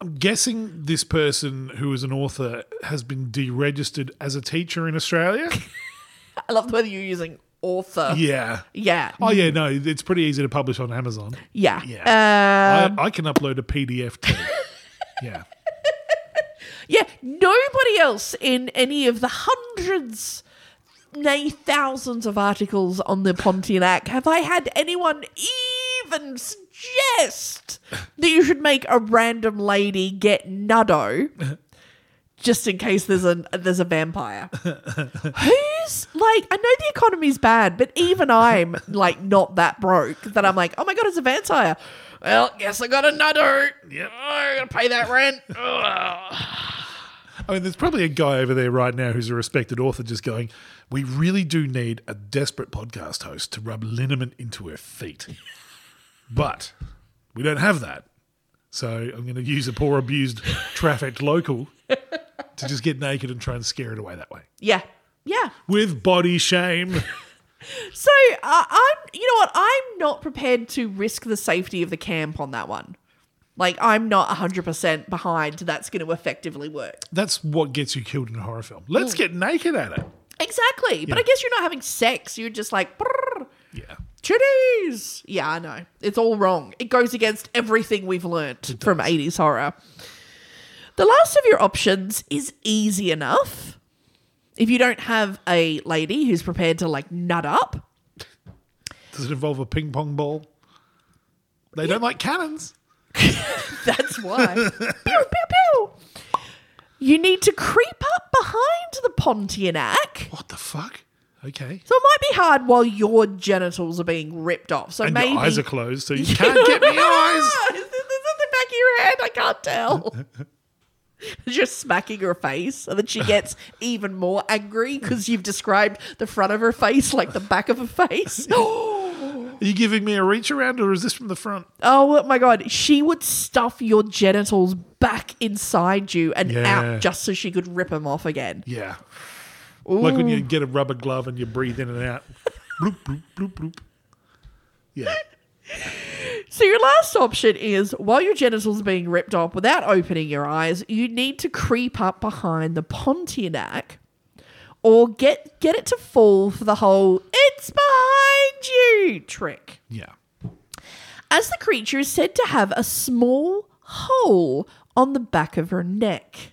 I'm guessing this person who is an author has been deregistered as a teacher in Australia. I love the way that you're using author. yeah. Yeah. Oh yeah, no, it's pretty easy to publish on Amazon. Yeah. Uh, Yeah. I, I can upload a PDF too. yeah. Yeah, nobody else in any of the hundreds, nay, thousands of articles on the Pontianak have I had anyone even suggest that you should make a random lady get nuddo. Just in case there's a there's a vampire, who's like I know the economy's bad, but even I'm like not that broke that I'm like oh my god it's a vampire. Well, guess I got a nuddo. Yep. Oh, I gotta pay that rent. I mean, there's probably a guy over there right now who's a respected author just going, We really do need a desperate podcast host to rub liniment into her feet. But we don't have that. So I'm going to use a poor, abused, trafficked local to just get naked and try and scare it away that way Yeah. Yeah. with body shame. So uh, I'm, you know what? I'm not prepared to risk the safety of the camp on that one. Like, I'm not 100% behind that's going to effectively work. That's what gets you killed in a horror film. Let's get naked at it. Exactly. But I guess you're not having sex. You're just like, brrr, Yeah. titties. Yeah, I know. It's all wrong. It goes against everything we've learnt from 80s horror. The last of your options is easy enough. If you don't have a lady who's prepared to like nut up, Does it involve a ping pong ball? They don't like cannons. That's why. pew, pew, pew. You need to creep up behind the Pontianak. What the fuck? Okay. So it might be hard while your genitals are being ripped off. So And maybe your eyes are closed, so you can't get me eyes. There's something back of your head. I can't tell. Just smacking her face, so that she gets even more angry because you've described the front of her face like the back of her face. Are you giving me a reach around, or is this from the front? Oh my god, she would stuff your genitals back inside you and Yeah. out just so she could rip them off again. Yeah. Like when you get a rubber glove and you breathe in and out. bloop, bloop, bloop, bloop. Yeah. So your last option is while your genitals are being ripped off without opening your eyes, you need to creep up behind the Pontianak or get get it to fall for the whole it's behind you trick. Yeah. As the creature is said to have a small hole on the back of her neck.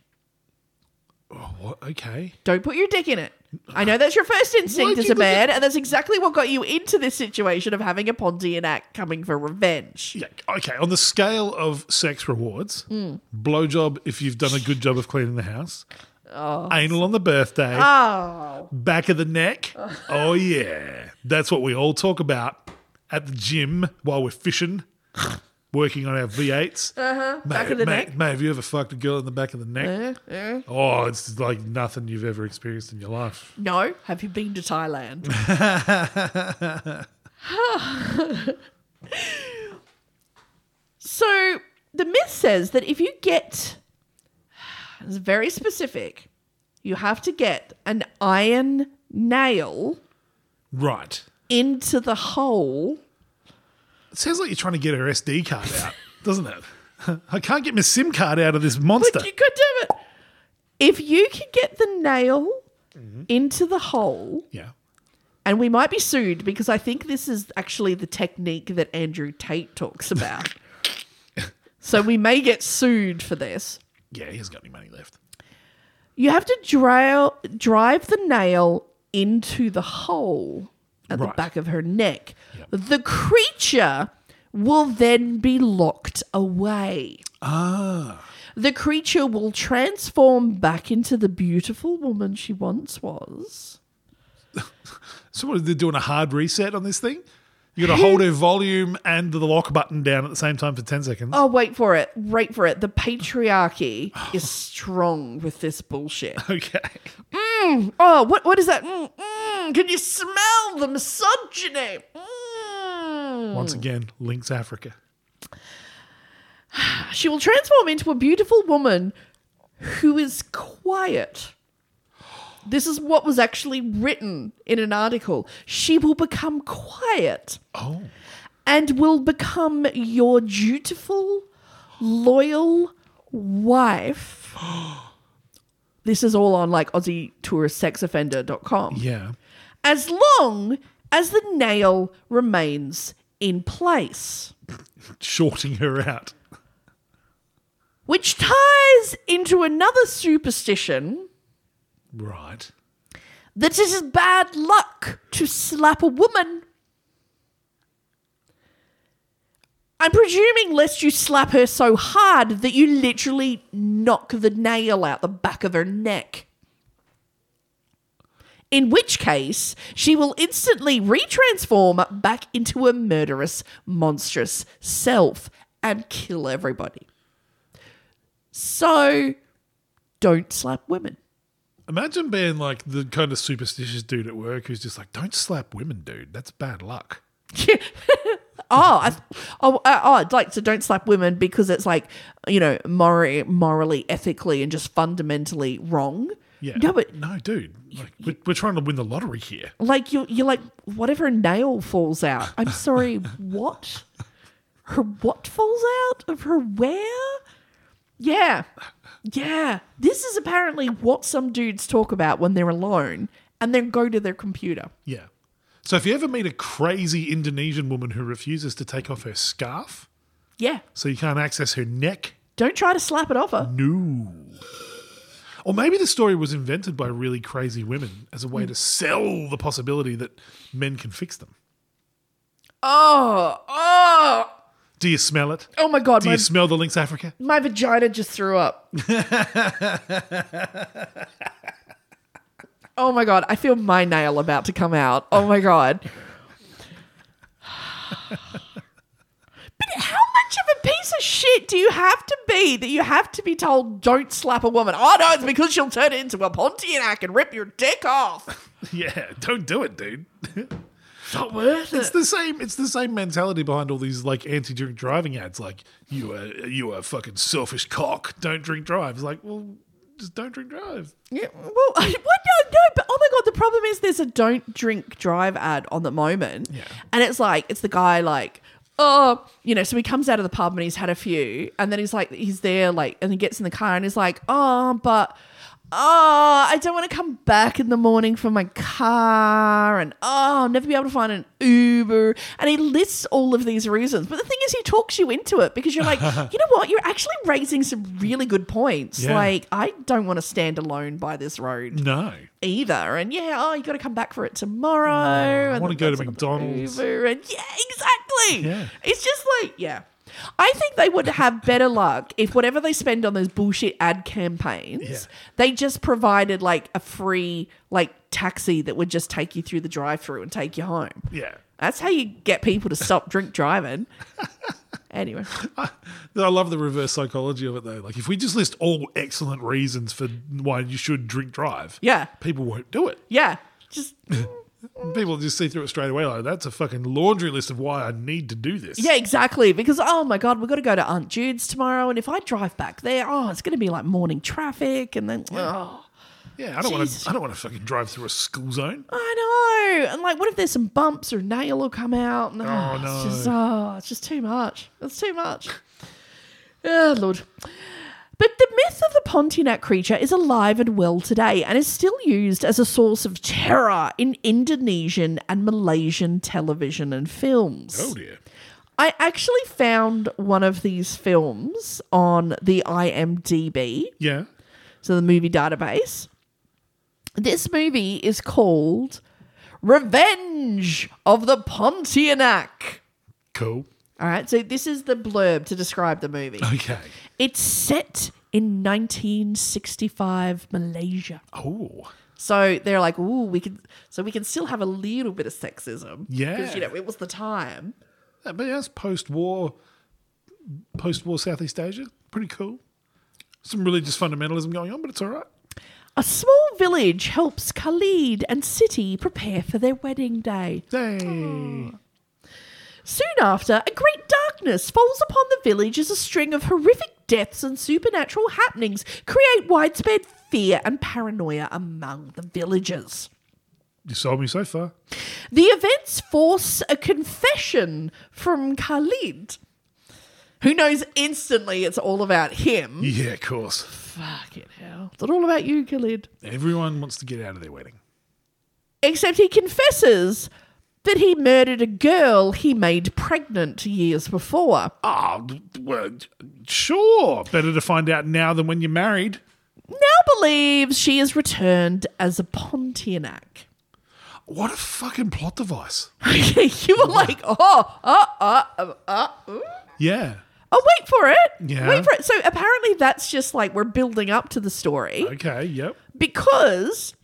What? Okay. Don't put your dick in it. I know that's your first instinct Why'd as you a look at- man, and that's exactly what got you into this situation of having a Pontianak coming for revenge. Yeah. Okay. On the scale of sex rewards, Hmm. blowjob if you've done a good job of cleaning the house, anal on the birthday, Oh, back of the neck. Oh, yeah. That's what we all talk about at the gym while we're fishing, working on our V8s. Uh-huh. Back of the neck. Mate, have you ever fucked a girl in the back of the neck? Oh, it's like nothing you've ever experienced in your life. no. Have you been to Thailand? so the myth says that if you get, it's very specific, you have to get an iron nail Right. into the hole. It sounds like you're trying to get her SD card out, doesn't it? I can't get my SIM card out of this monster. But you could do it. If you could get the nail into the hole, yeah. and we might be sued because I think this is actually the technique that Andrew Tate talks about. so we may get sued for this. Yeah, he hasn't got any money left. You have to dra- drive the nail into the hole at the Right. back of her neck. Yep. The creature will then be locked away. Ah. The creature will transform back into the beautiful woman she once was. So what, they're doing a hard reset on this thing? You got to hold her volume and the lock button down at the same time for 10 seconds. Oh, wait for it. Wait for it. The patriarchy is strong with this bullshit. Okay. Oh, what, what is that? Mm, mm, can you smell the misogyny? Mm. Once again, links Africa. She will transform into a beautiful woman who is quiet. This is what was actually written in an article. She will become quiet. Oh. and will become your dutiful, loyal wife. this is all on like AussieTouristSexOffender.com. Yeah. As long as the nail remains in place, Shorting her out. which ties into another superstition Right. that it is bad luck to slap a woman. I'm presuming lest you slap her so hard that you literally knock the nail out the back of her neck. In which case, she will instantly retransform back into a murderous, monstrous self and kill everybody. So, don't slap women. Imagine being like the kind of superstitious dude at work who's just like, don't slap women, dude. That's bad luck. Oh, I, oh, uh, oh, it's like so. Don't slap women because it's like you know, morally, morally, ethically, and just fundamentally wrong. Yeah. No, but no, dude. Like, we're, we're trying to win the lottery here. like you, you're like whatever nail falls out. I'm sorry, what? Her what falls out of her where? Yeah, yeah. This is apparently what some dudes talk about when they're alone and then go to their computer. Yeah. So if you ever meet a crazy Indonesian woman who refuses to take off her scarf, Yeah, so you can't access her neck, don't try to slap it off her. Mm. no. Or maybe the story was invented by really Hmm. crazy women as a way to sell the possibility that men can fix them. Oh, oh, Do you smell it? oh my God. Do My, you smell the Lynx Africa? my vagina just threw up. oh my God. I feel my nail about to come out. Oh my God. But how much of a piece of shit do you have to be that you have to be told don't slap a woman? Oh no, it's because she'll turn into a Pontianak and rip your dick off. Yeah, don't do it, dude. It's not worth It's the same. It's the same mentality behind all these like anti-drink driving ads. Like you are, you are a fucking selfish cock. Don't drink drive. It's like, well, just don't drink drive. Yeah, well, well, no, no, but oh my god, the problem is there's a don't drink drive ad on the moment, Yeah. and it's like it's the guy like, oh, you know, so he comes out of the pub and he's had a few, and then he's like, he's there like, and he gets in the car and he's like, oh, but. Oh, I don't want to come back in the morning for my car, and oh, I'll never be able to find an Uber. And he lists all of these reasons, but the thing is, he talks you into it because you're like, you know what? You're actually raising some really good points. Yeah. Like, I don't want to stand alone by this road No, either. And yeah, oh, you got to come back for it tomorrow. and wanna then go to that's on the McDonald's. Uber and yeah, exactly. Yeah. It's just like yeah. I think they would have better luck if whatever they spend on those bullshit ad campaigns, Yeah. they just provided like a free like taxi that would just take you through the drive-through and take you home. yeah. That's how you get people to stop drink driving. anyway, I love the reverse psychology of it though. Like if we just list all excellent reasons for why you should drink drive, yeah, people won't do it. yeah, just People just see through it straight away. Like that's a fucking laundry list of why I need to do this. Yeah, exactly. Because oh my god, we've got to go to Aunt Jude's tomorrow, and if I drive back there, oh, it's going to be like morning traffic, and then oh, yeah. I don't want Jesus. to. I don't want to fucking drive through a school zone. I know. And like, what if there's some bumps or nail will come out? And, oh, Oh, It's no. just, oh, it's just too much. It's too much. oh lord. But the myth of the Pontianak creature is alive and well today and is still used as a source of terror in Indonesian and Malaysian television and films. Oh dear. I actually found one of these films on the IMDb, Yeah. so the movie database. This movie is called Revenge of the Pontianak. Cool. All right, so this is the blurb to describe the movie. Okay. It's set in 1965 Malaysia. Oh. So they're like, "Ooh, we can so we can still have a little bit of sexism." Because you Yeah. know, it was the time. Yeah, But that's post-war, post-war Southeast Asia. Pretty cool. Some religious fundamentalism going on, but it's all right. A small village helps Khalid and City prepare for their wedding day. Hey. Soon after, a great darkness falls upon the village as a string of horrific deaths and supernatural happenings create widespread fear and paranoia among the villagers. You sold me so far. The events force a confession from Khalid, who knows instantly it's all about him. Yeah, of course. Fucking hell. It's not all about you, Khalid. Everyone wants to get out of their wedding. Except he confesses that he murdered a girl he made pregnant years before. Oh, well, sure. Better to find out now than when you're married. Now believes she is returned as a Pontianak. What a fucking plot device. you were like, oh, oh, oh, oh, oh. ooh. Yeah. Oh, wait for it. Yeah. Wait for it. So apparently that's just like we're building up to the story Okay. Yep. because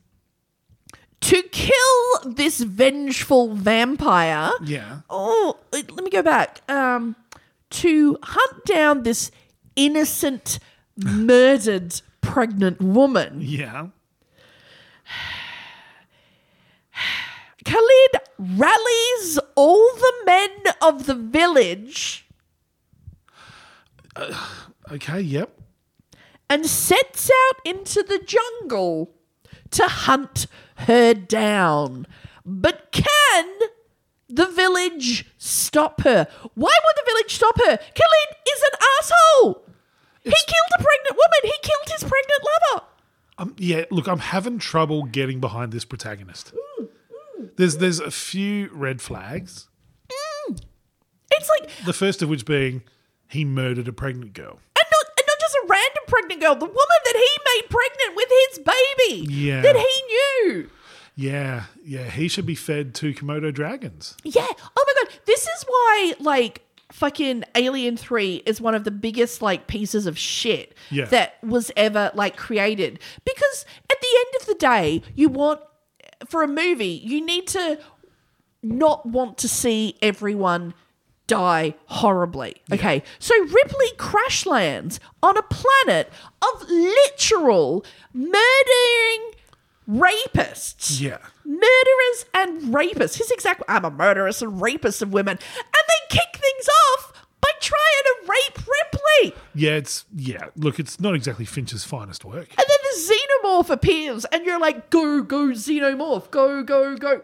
to kill this vengeful vampire, Yeah. oh, let let me go back. Um, to hunt down this innocent, murdered, pregnant woman, Yeah. Khalid rallies all the men of the village Okay. Yep. and sets out into the jungle to hunt her down. But can the village stop her? Why would the village stop her? Khalid is an asshole. he killed a pregnant woman. He killed his pregnant lover. Um, yeah. Look, I'm having trouble getting behind this protagonist. There's there's a few red flags. Mm. It's like, and The first of which being he murdered a pregnant girl. not, and not just a random pregnant girl, the woman that he made pregnant with his baby Yeah. that he knew. Yeah, yeah. He should be fed to Komodo dragons. Yeah. Oh my god. This is why like fucking Alien 3 is one of the biggest like pieces of shit Yeah. that was ever like created. Because at the end of the day, you want for a movie, you need to not want to see everyone die horribly. Okay. So Ripley crash lands on a planet of literal murdering rapists Yeah. murderers and rapists. His exact I'm a murderess and rapist of women. And they kick things off by trying to rape Ripley. Yeah, it's yeah. Look, it's not exactly Finch's finest work. And then the xenomorph appears and you're like, go, go, xenomorph, go, go, go.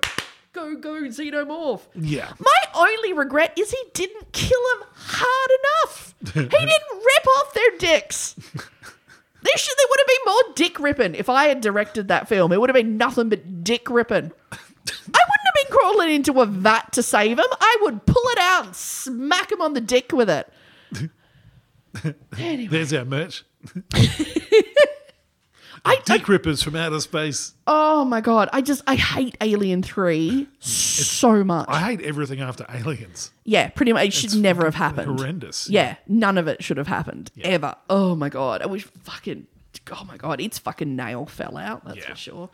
Go, go, xenomorph. Yeah. My only regret is he didn't kill him hard enough. he didn't rip off their dicks. There should there would have been more dick ripping if I had directed that film. It would have been nothing but dick ripping. I wouldn't have been crawling into a vat to save him. I would pull it out and smack him on the dick with it. There's our merch. I, I- Dick rippers from outer space. oh my god, I just I hate Alien Three so much. I hate everything after aliens. yeah, pretty much it should never have happened. Horrendous. Yeah, none of it should have happened ever. Oh my god, I wish fucking. Oh my god, its fucking nail fell out. That's Yeah. for sure.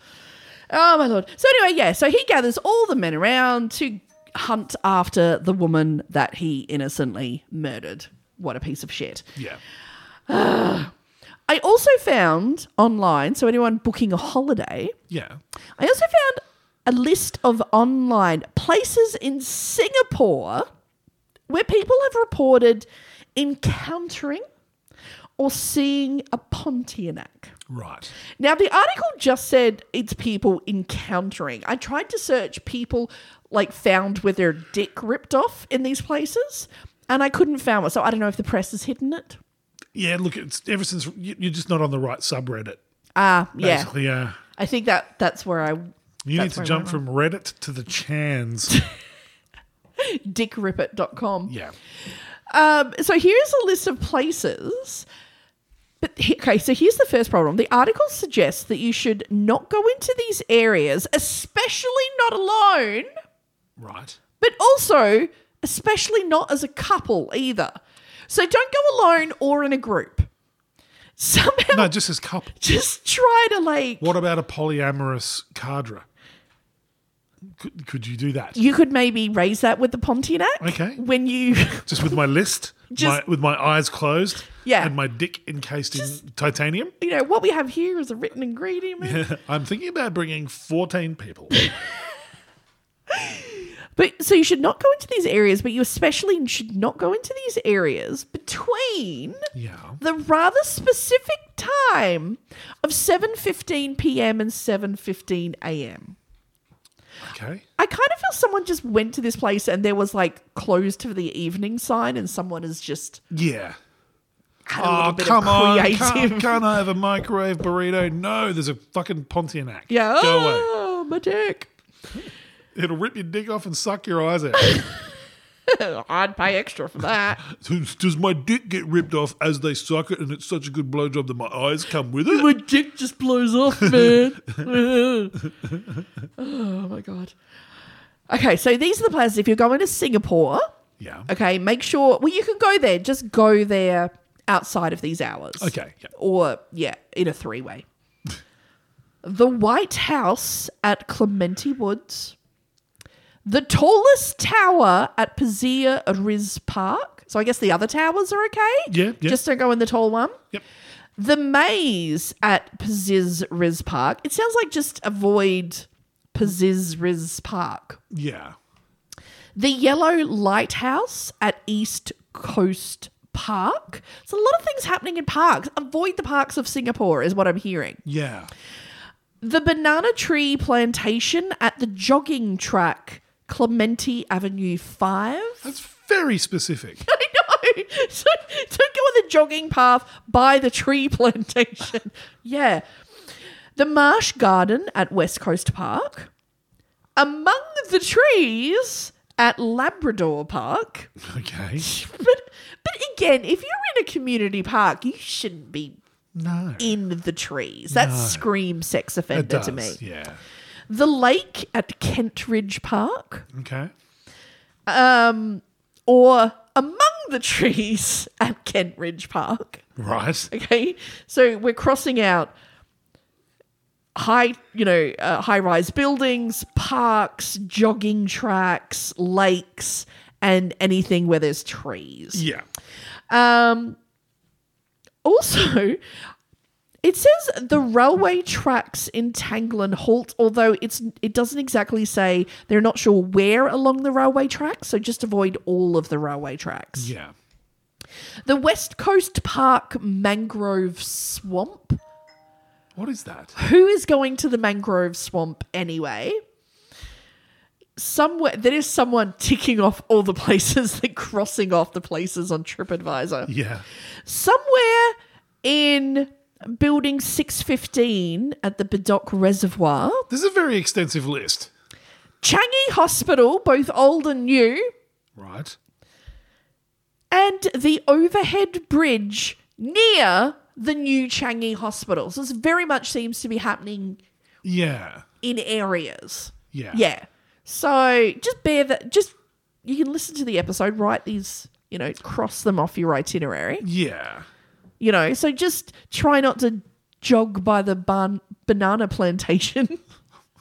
Oh my lord. So anyway, yeah. So he gathers all the men around to hunt after the woman that he innocently murdered. What a piece of shit. Yeah. I also found online, so anyone booking a holiday, Yeah. I also found a list of online places in Singapore where people have reported encountering or seeing a Pontianak. Right. Now, the article just said it's people encountering. I tried to search people like found with their dick ripped off in these places, and I couldn't find one. So I don't know if the press has hidden it. Yeah. Look, it's ever since you- you're just not on the right subreddit. Ah, yeah. Basically, yeah. I think that that's where I You That's need where to I jump went from Reddit to the Chans. dickrippit.com. yeah. Um, so here's a list of places. But he- okay, so here's the first problem. The article suggests that you should not go into these areas, especially not alone, Right. but also especially not as a couple either. So don't go alone or in a group. Somehow No, just as couple. just try to like What about a polyamorous cadre? Could, could you do that? you could maybe raise that with the Pontianak. Okay. When you Just with my list, Just- my, with my eyes closed, Yeah. and my dick encased in Just- titanium. you know, what we have here is a written ingredient. I'm thinking about bringing 14 people. But so you should not go into these areas, but you especially should not go into these areas between yeah. the rather specific time of 7:15 p.m. and 7:15 a.m. Okay. I kind of feel someone just went to this place and there was like closed for the evening sign and someone has just Yeah. had a little Oh, bit come of on. creative. Can't, can't I have a microwave burrito? No, there's a fucking Pontianak. yeah. Go away. Oh, my dick. It'll rip your dick off and suck your eyes out. I'd pay extra for that. Does my dick get ripped off as they suck it and it's such a good blowjob that my eyes come with it? my dick just blows off, man. oh my god. Okay, so these are the places. If you're going to Singapore, Yeah. okay, make sure. Well, you can go there. Just go there outside of these hours. Okay, yeah. Or yeah, in a three-way. the White House at Clementi Woods. The tallest tower at Pazia Riz Park. So I guess the other towers are okay. Yeah, yeah. Just don't go in the tall one. Yep. The maze at Paziz Riz Park. It sounds like just avoid Paziz Riz Park. Yeah. The Yellow Lighthouse at East Coast Park. There's a lot of things happening in parks. Avoid the parks of Singapore, is what I'm hearing. Yeah. The Banana Tree Plantation at the jogging track, Clementi Avenue 5. That's very specific. I know. So don't go on the jogging path by the tree plantation. yeah. The Marsh Garden at West Coast Park. Among the trees at Labrador Park. okay. But but again, if you're in a community park, you shouldn't be No. in the trees. That screams sex offender It does. to me. Yeah. the lake at Kent Ridge Park, Okay. um, or among the trees at Kent Ridge Park. Right. Okay, so we're crossing out high, you know, uh, high-rise buildings, parks, jogging tracks, lakes, and anything where there's trees. Yeah. Um, also, it says the railway tracks entangle and halt. Although it's it doesn't exactly say they're not sure where along the railway tracks, so just avoid all of the railway tracks. Yeah. The West Coast Park mangrove swamp. What is that? Who is going to the mangrove swamp anyway? Somewhere there is someone ticking off all the places, like crossing off the places on TripAdvisor Yeah. somewhere in building 615 at the Bedok Reservoir, This is a very extensive list. Changi Hospital, both old and new, Right. and the overhead bridge near the new Changi Hospital. So this very much seems to be happening Yeah. in areas. Yeah. Yeah. So just bear that, just you can listen to the episode, write these, you know, cross them off your itinerary. Yeah. you know so just try not to jog by the ban- banana plantation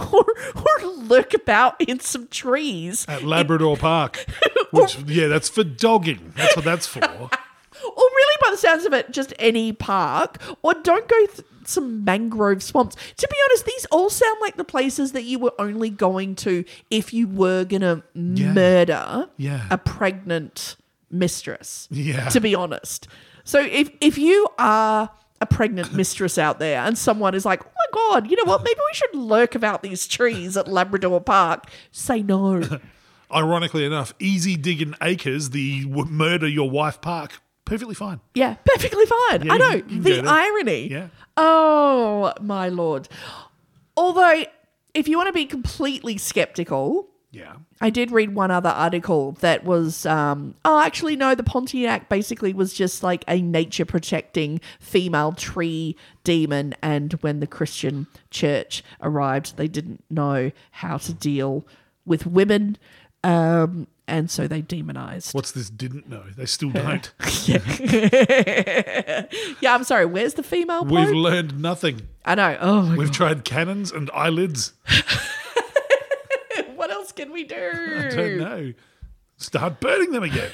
or, or lurk about in some trees At Labrador Park. Which yeah, that's for dogging. That's what that's for. or really by the sounds of it just any park or don't go th- some mangrove swamps to be honest these all sound like the places that you were only going to if you were gonna murder Yeah. a pregnant mistress Yeah. to be honest. So if if you are a pregnant mistress out there and someone is like, "Oh my god, you know what? Maybe we should lurk about these trees at Labrador Park." Say no. Ironically enough, Easy Digging Acres, the w- murder your wife park, perfectly fine. Yeah, perfectly fine. Yeah, I know you can the get it. irony. Yeah. Oh, my lord. Although if you want to be completely skeptical, Yeah. I did read one other article that was, um, oh, actually, no, the Pontiac basically was just like a nature protecting female tree demon. And when the Christian church arrived, they didn't know how to deal with women. Um, and so they demonized. What's this didn't know? They still don't. yeah. yeah, I'm sorry. Where's the female We've part? learned nothing. I know. Oh, my We've tried cannons and eyelids. God. What else can we do? I don't know. Start burning them again.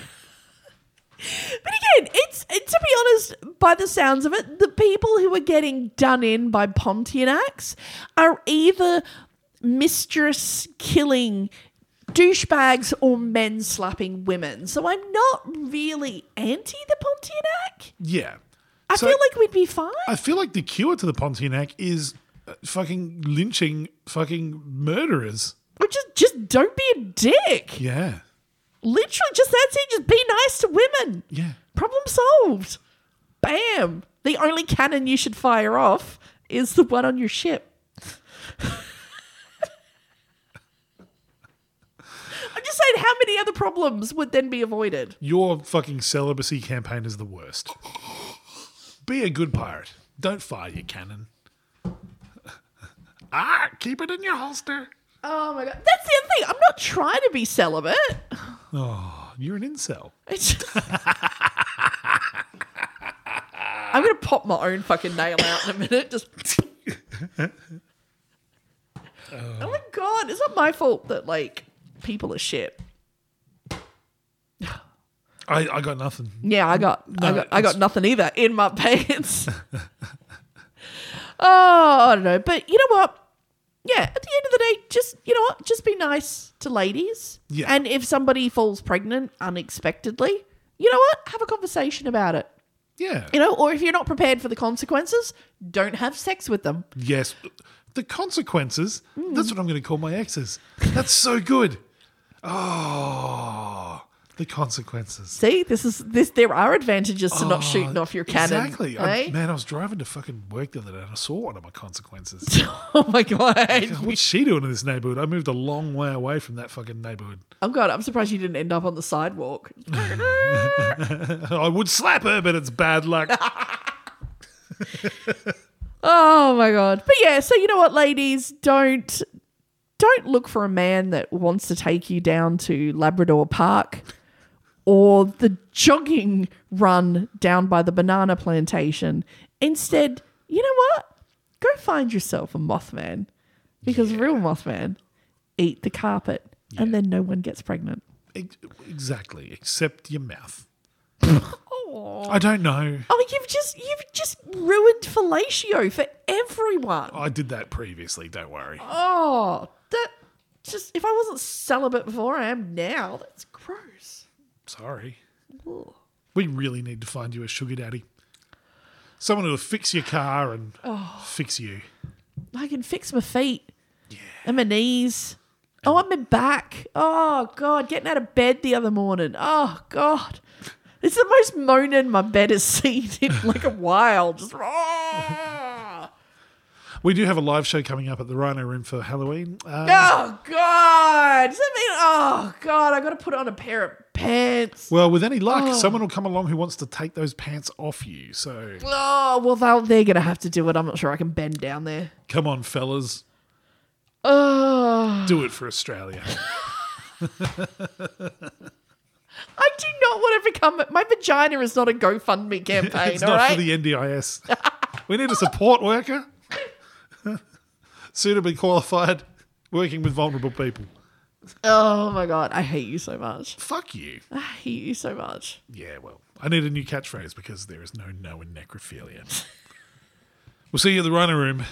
But again, it's it, to be honest, by the sounds of it, the people who are getting done in by Pontianacs are either mistress killing douchebags or men slapping women. So I'm not really anti the Pontiac. Yeah. I feel like we'd be fine. I feel like the cure to the Pontiac is uh, fucking lynching fucking murderers. Or just just don't be a dick. Yeah. Literally, just that's it. Just be nice to women. Yeah. Problem solved. Bam. The only cannon you should fire off is the one on your ship. I'm just saying, how many other problems would then be avoided? Your fucking celibacy campaign is the worst. Be a good pirate. Don't fire your cannon. ah, keep it in your holster. Oh my god, that's the other thing. I'm not trying to be celibate. You're an incel. It's I'm gonna pop my own fucking nail out in a minute. Just. Oh my god! It's not my fault that like people are shit. I, I got nothing. Yeah, I got, I No, got, I got it's- nothing either in my pants. oh, I don't know, but you know what? Yeah, at the end of the day, just you know what? Just be nice to ladies. Yeah. And if somebody falls pregnant unexpectedly, you know what? Have a conversation about it. Yeah. You know, or if you're not prepared for the consequences, don't have sex with them. Yes. The consequences. That's what I'm going to call my exes. That's so good. Oh, the consequences. See, this is this. There are advantages to not shooting off your cannon. Oh, Exactly. I, eh? man, I was driving to fucking work the other day and I saw one of my consequences. Oh my god. What's she doing in this neighborhood? I moved a long way away from that fucking neighborhood. Oh god. I'm surprised you didn't end up on the sidewalk. I would slap her, but it's bad luck. Oh my god. But yeah, so you know what, ladies, don't don't look for a man that wants to take you down to Labrador Park or the jogging run down by the banana plantation. Instead, you know what? Go find yourself a Mothman. Because real Mothman eat the carpet and then no one gets pregnant. Ex- Exactly, except your mouth. I don't know. Oh, you've just you've just ruined fellatio for everyone. I did that previously, don't worry. Oh, that just if I wasn't celibate before, I am now. That's gross. Sorry. We really need to find you a sugar daddy. Someone who'll fix your car and fix you. I can fix my feet and my knees. Oh, and my back. Oh God, getting out of bed the other morning. Oh God, it's the most moaning my bed has seen in like a while. Just oh, We do have a live show coming up at the Rhino Room for Halloween. Uh, oh God. Does that mean? Oh God, I got to put on a pair of pants. Well, with any luck, someone will come along who wants to take those pants off you. So Oh well, they'll, they're gonna have to do it. I'm not sure I can bend down there. come on, fellas, Oh. do it for Australia. I do not want to become. My vagina is not a GoFundMe campaign. it's all not right. for the NDIS. we need a support worker, suitably qualified, working with vulnerable people. oh my god, I hate you so much. Fuck you. I hate you so much. Yeah, well, I need a new catchphrase because there is no no in necrophilia. we'll see you at the Rhino Room.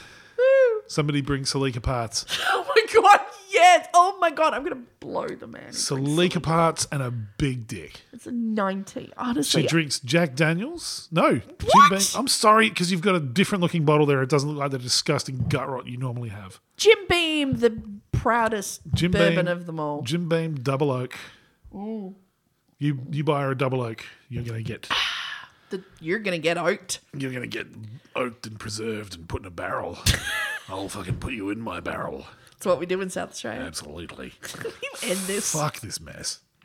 Somebody bring Salika parts. Oh my god, yes. Oh my god, I'm gonna blow the man. Salika parts and a big dick. It's a ninety. She Honestly, drinks Jack Daniels. No, Jim What? Beam. I'm sorry because you've got a different looking bottle there. It doesn't look like the disgusting gut rot you normally have. Jim Beam, the proudest Jim bourbon Beam, of them all. Jim Beam Double Oak. You you buy her a Double Oak, you're gonna get The- you're gonna get oaked. you're gonna get oaked and preserved and put in a barrel. I'll fucking put you in my barrel. That's what we do in South Australia. Absolutely. You end this. Fuck this mess.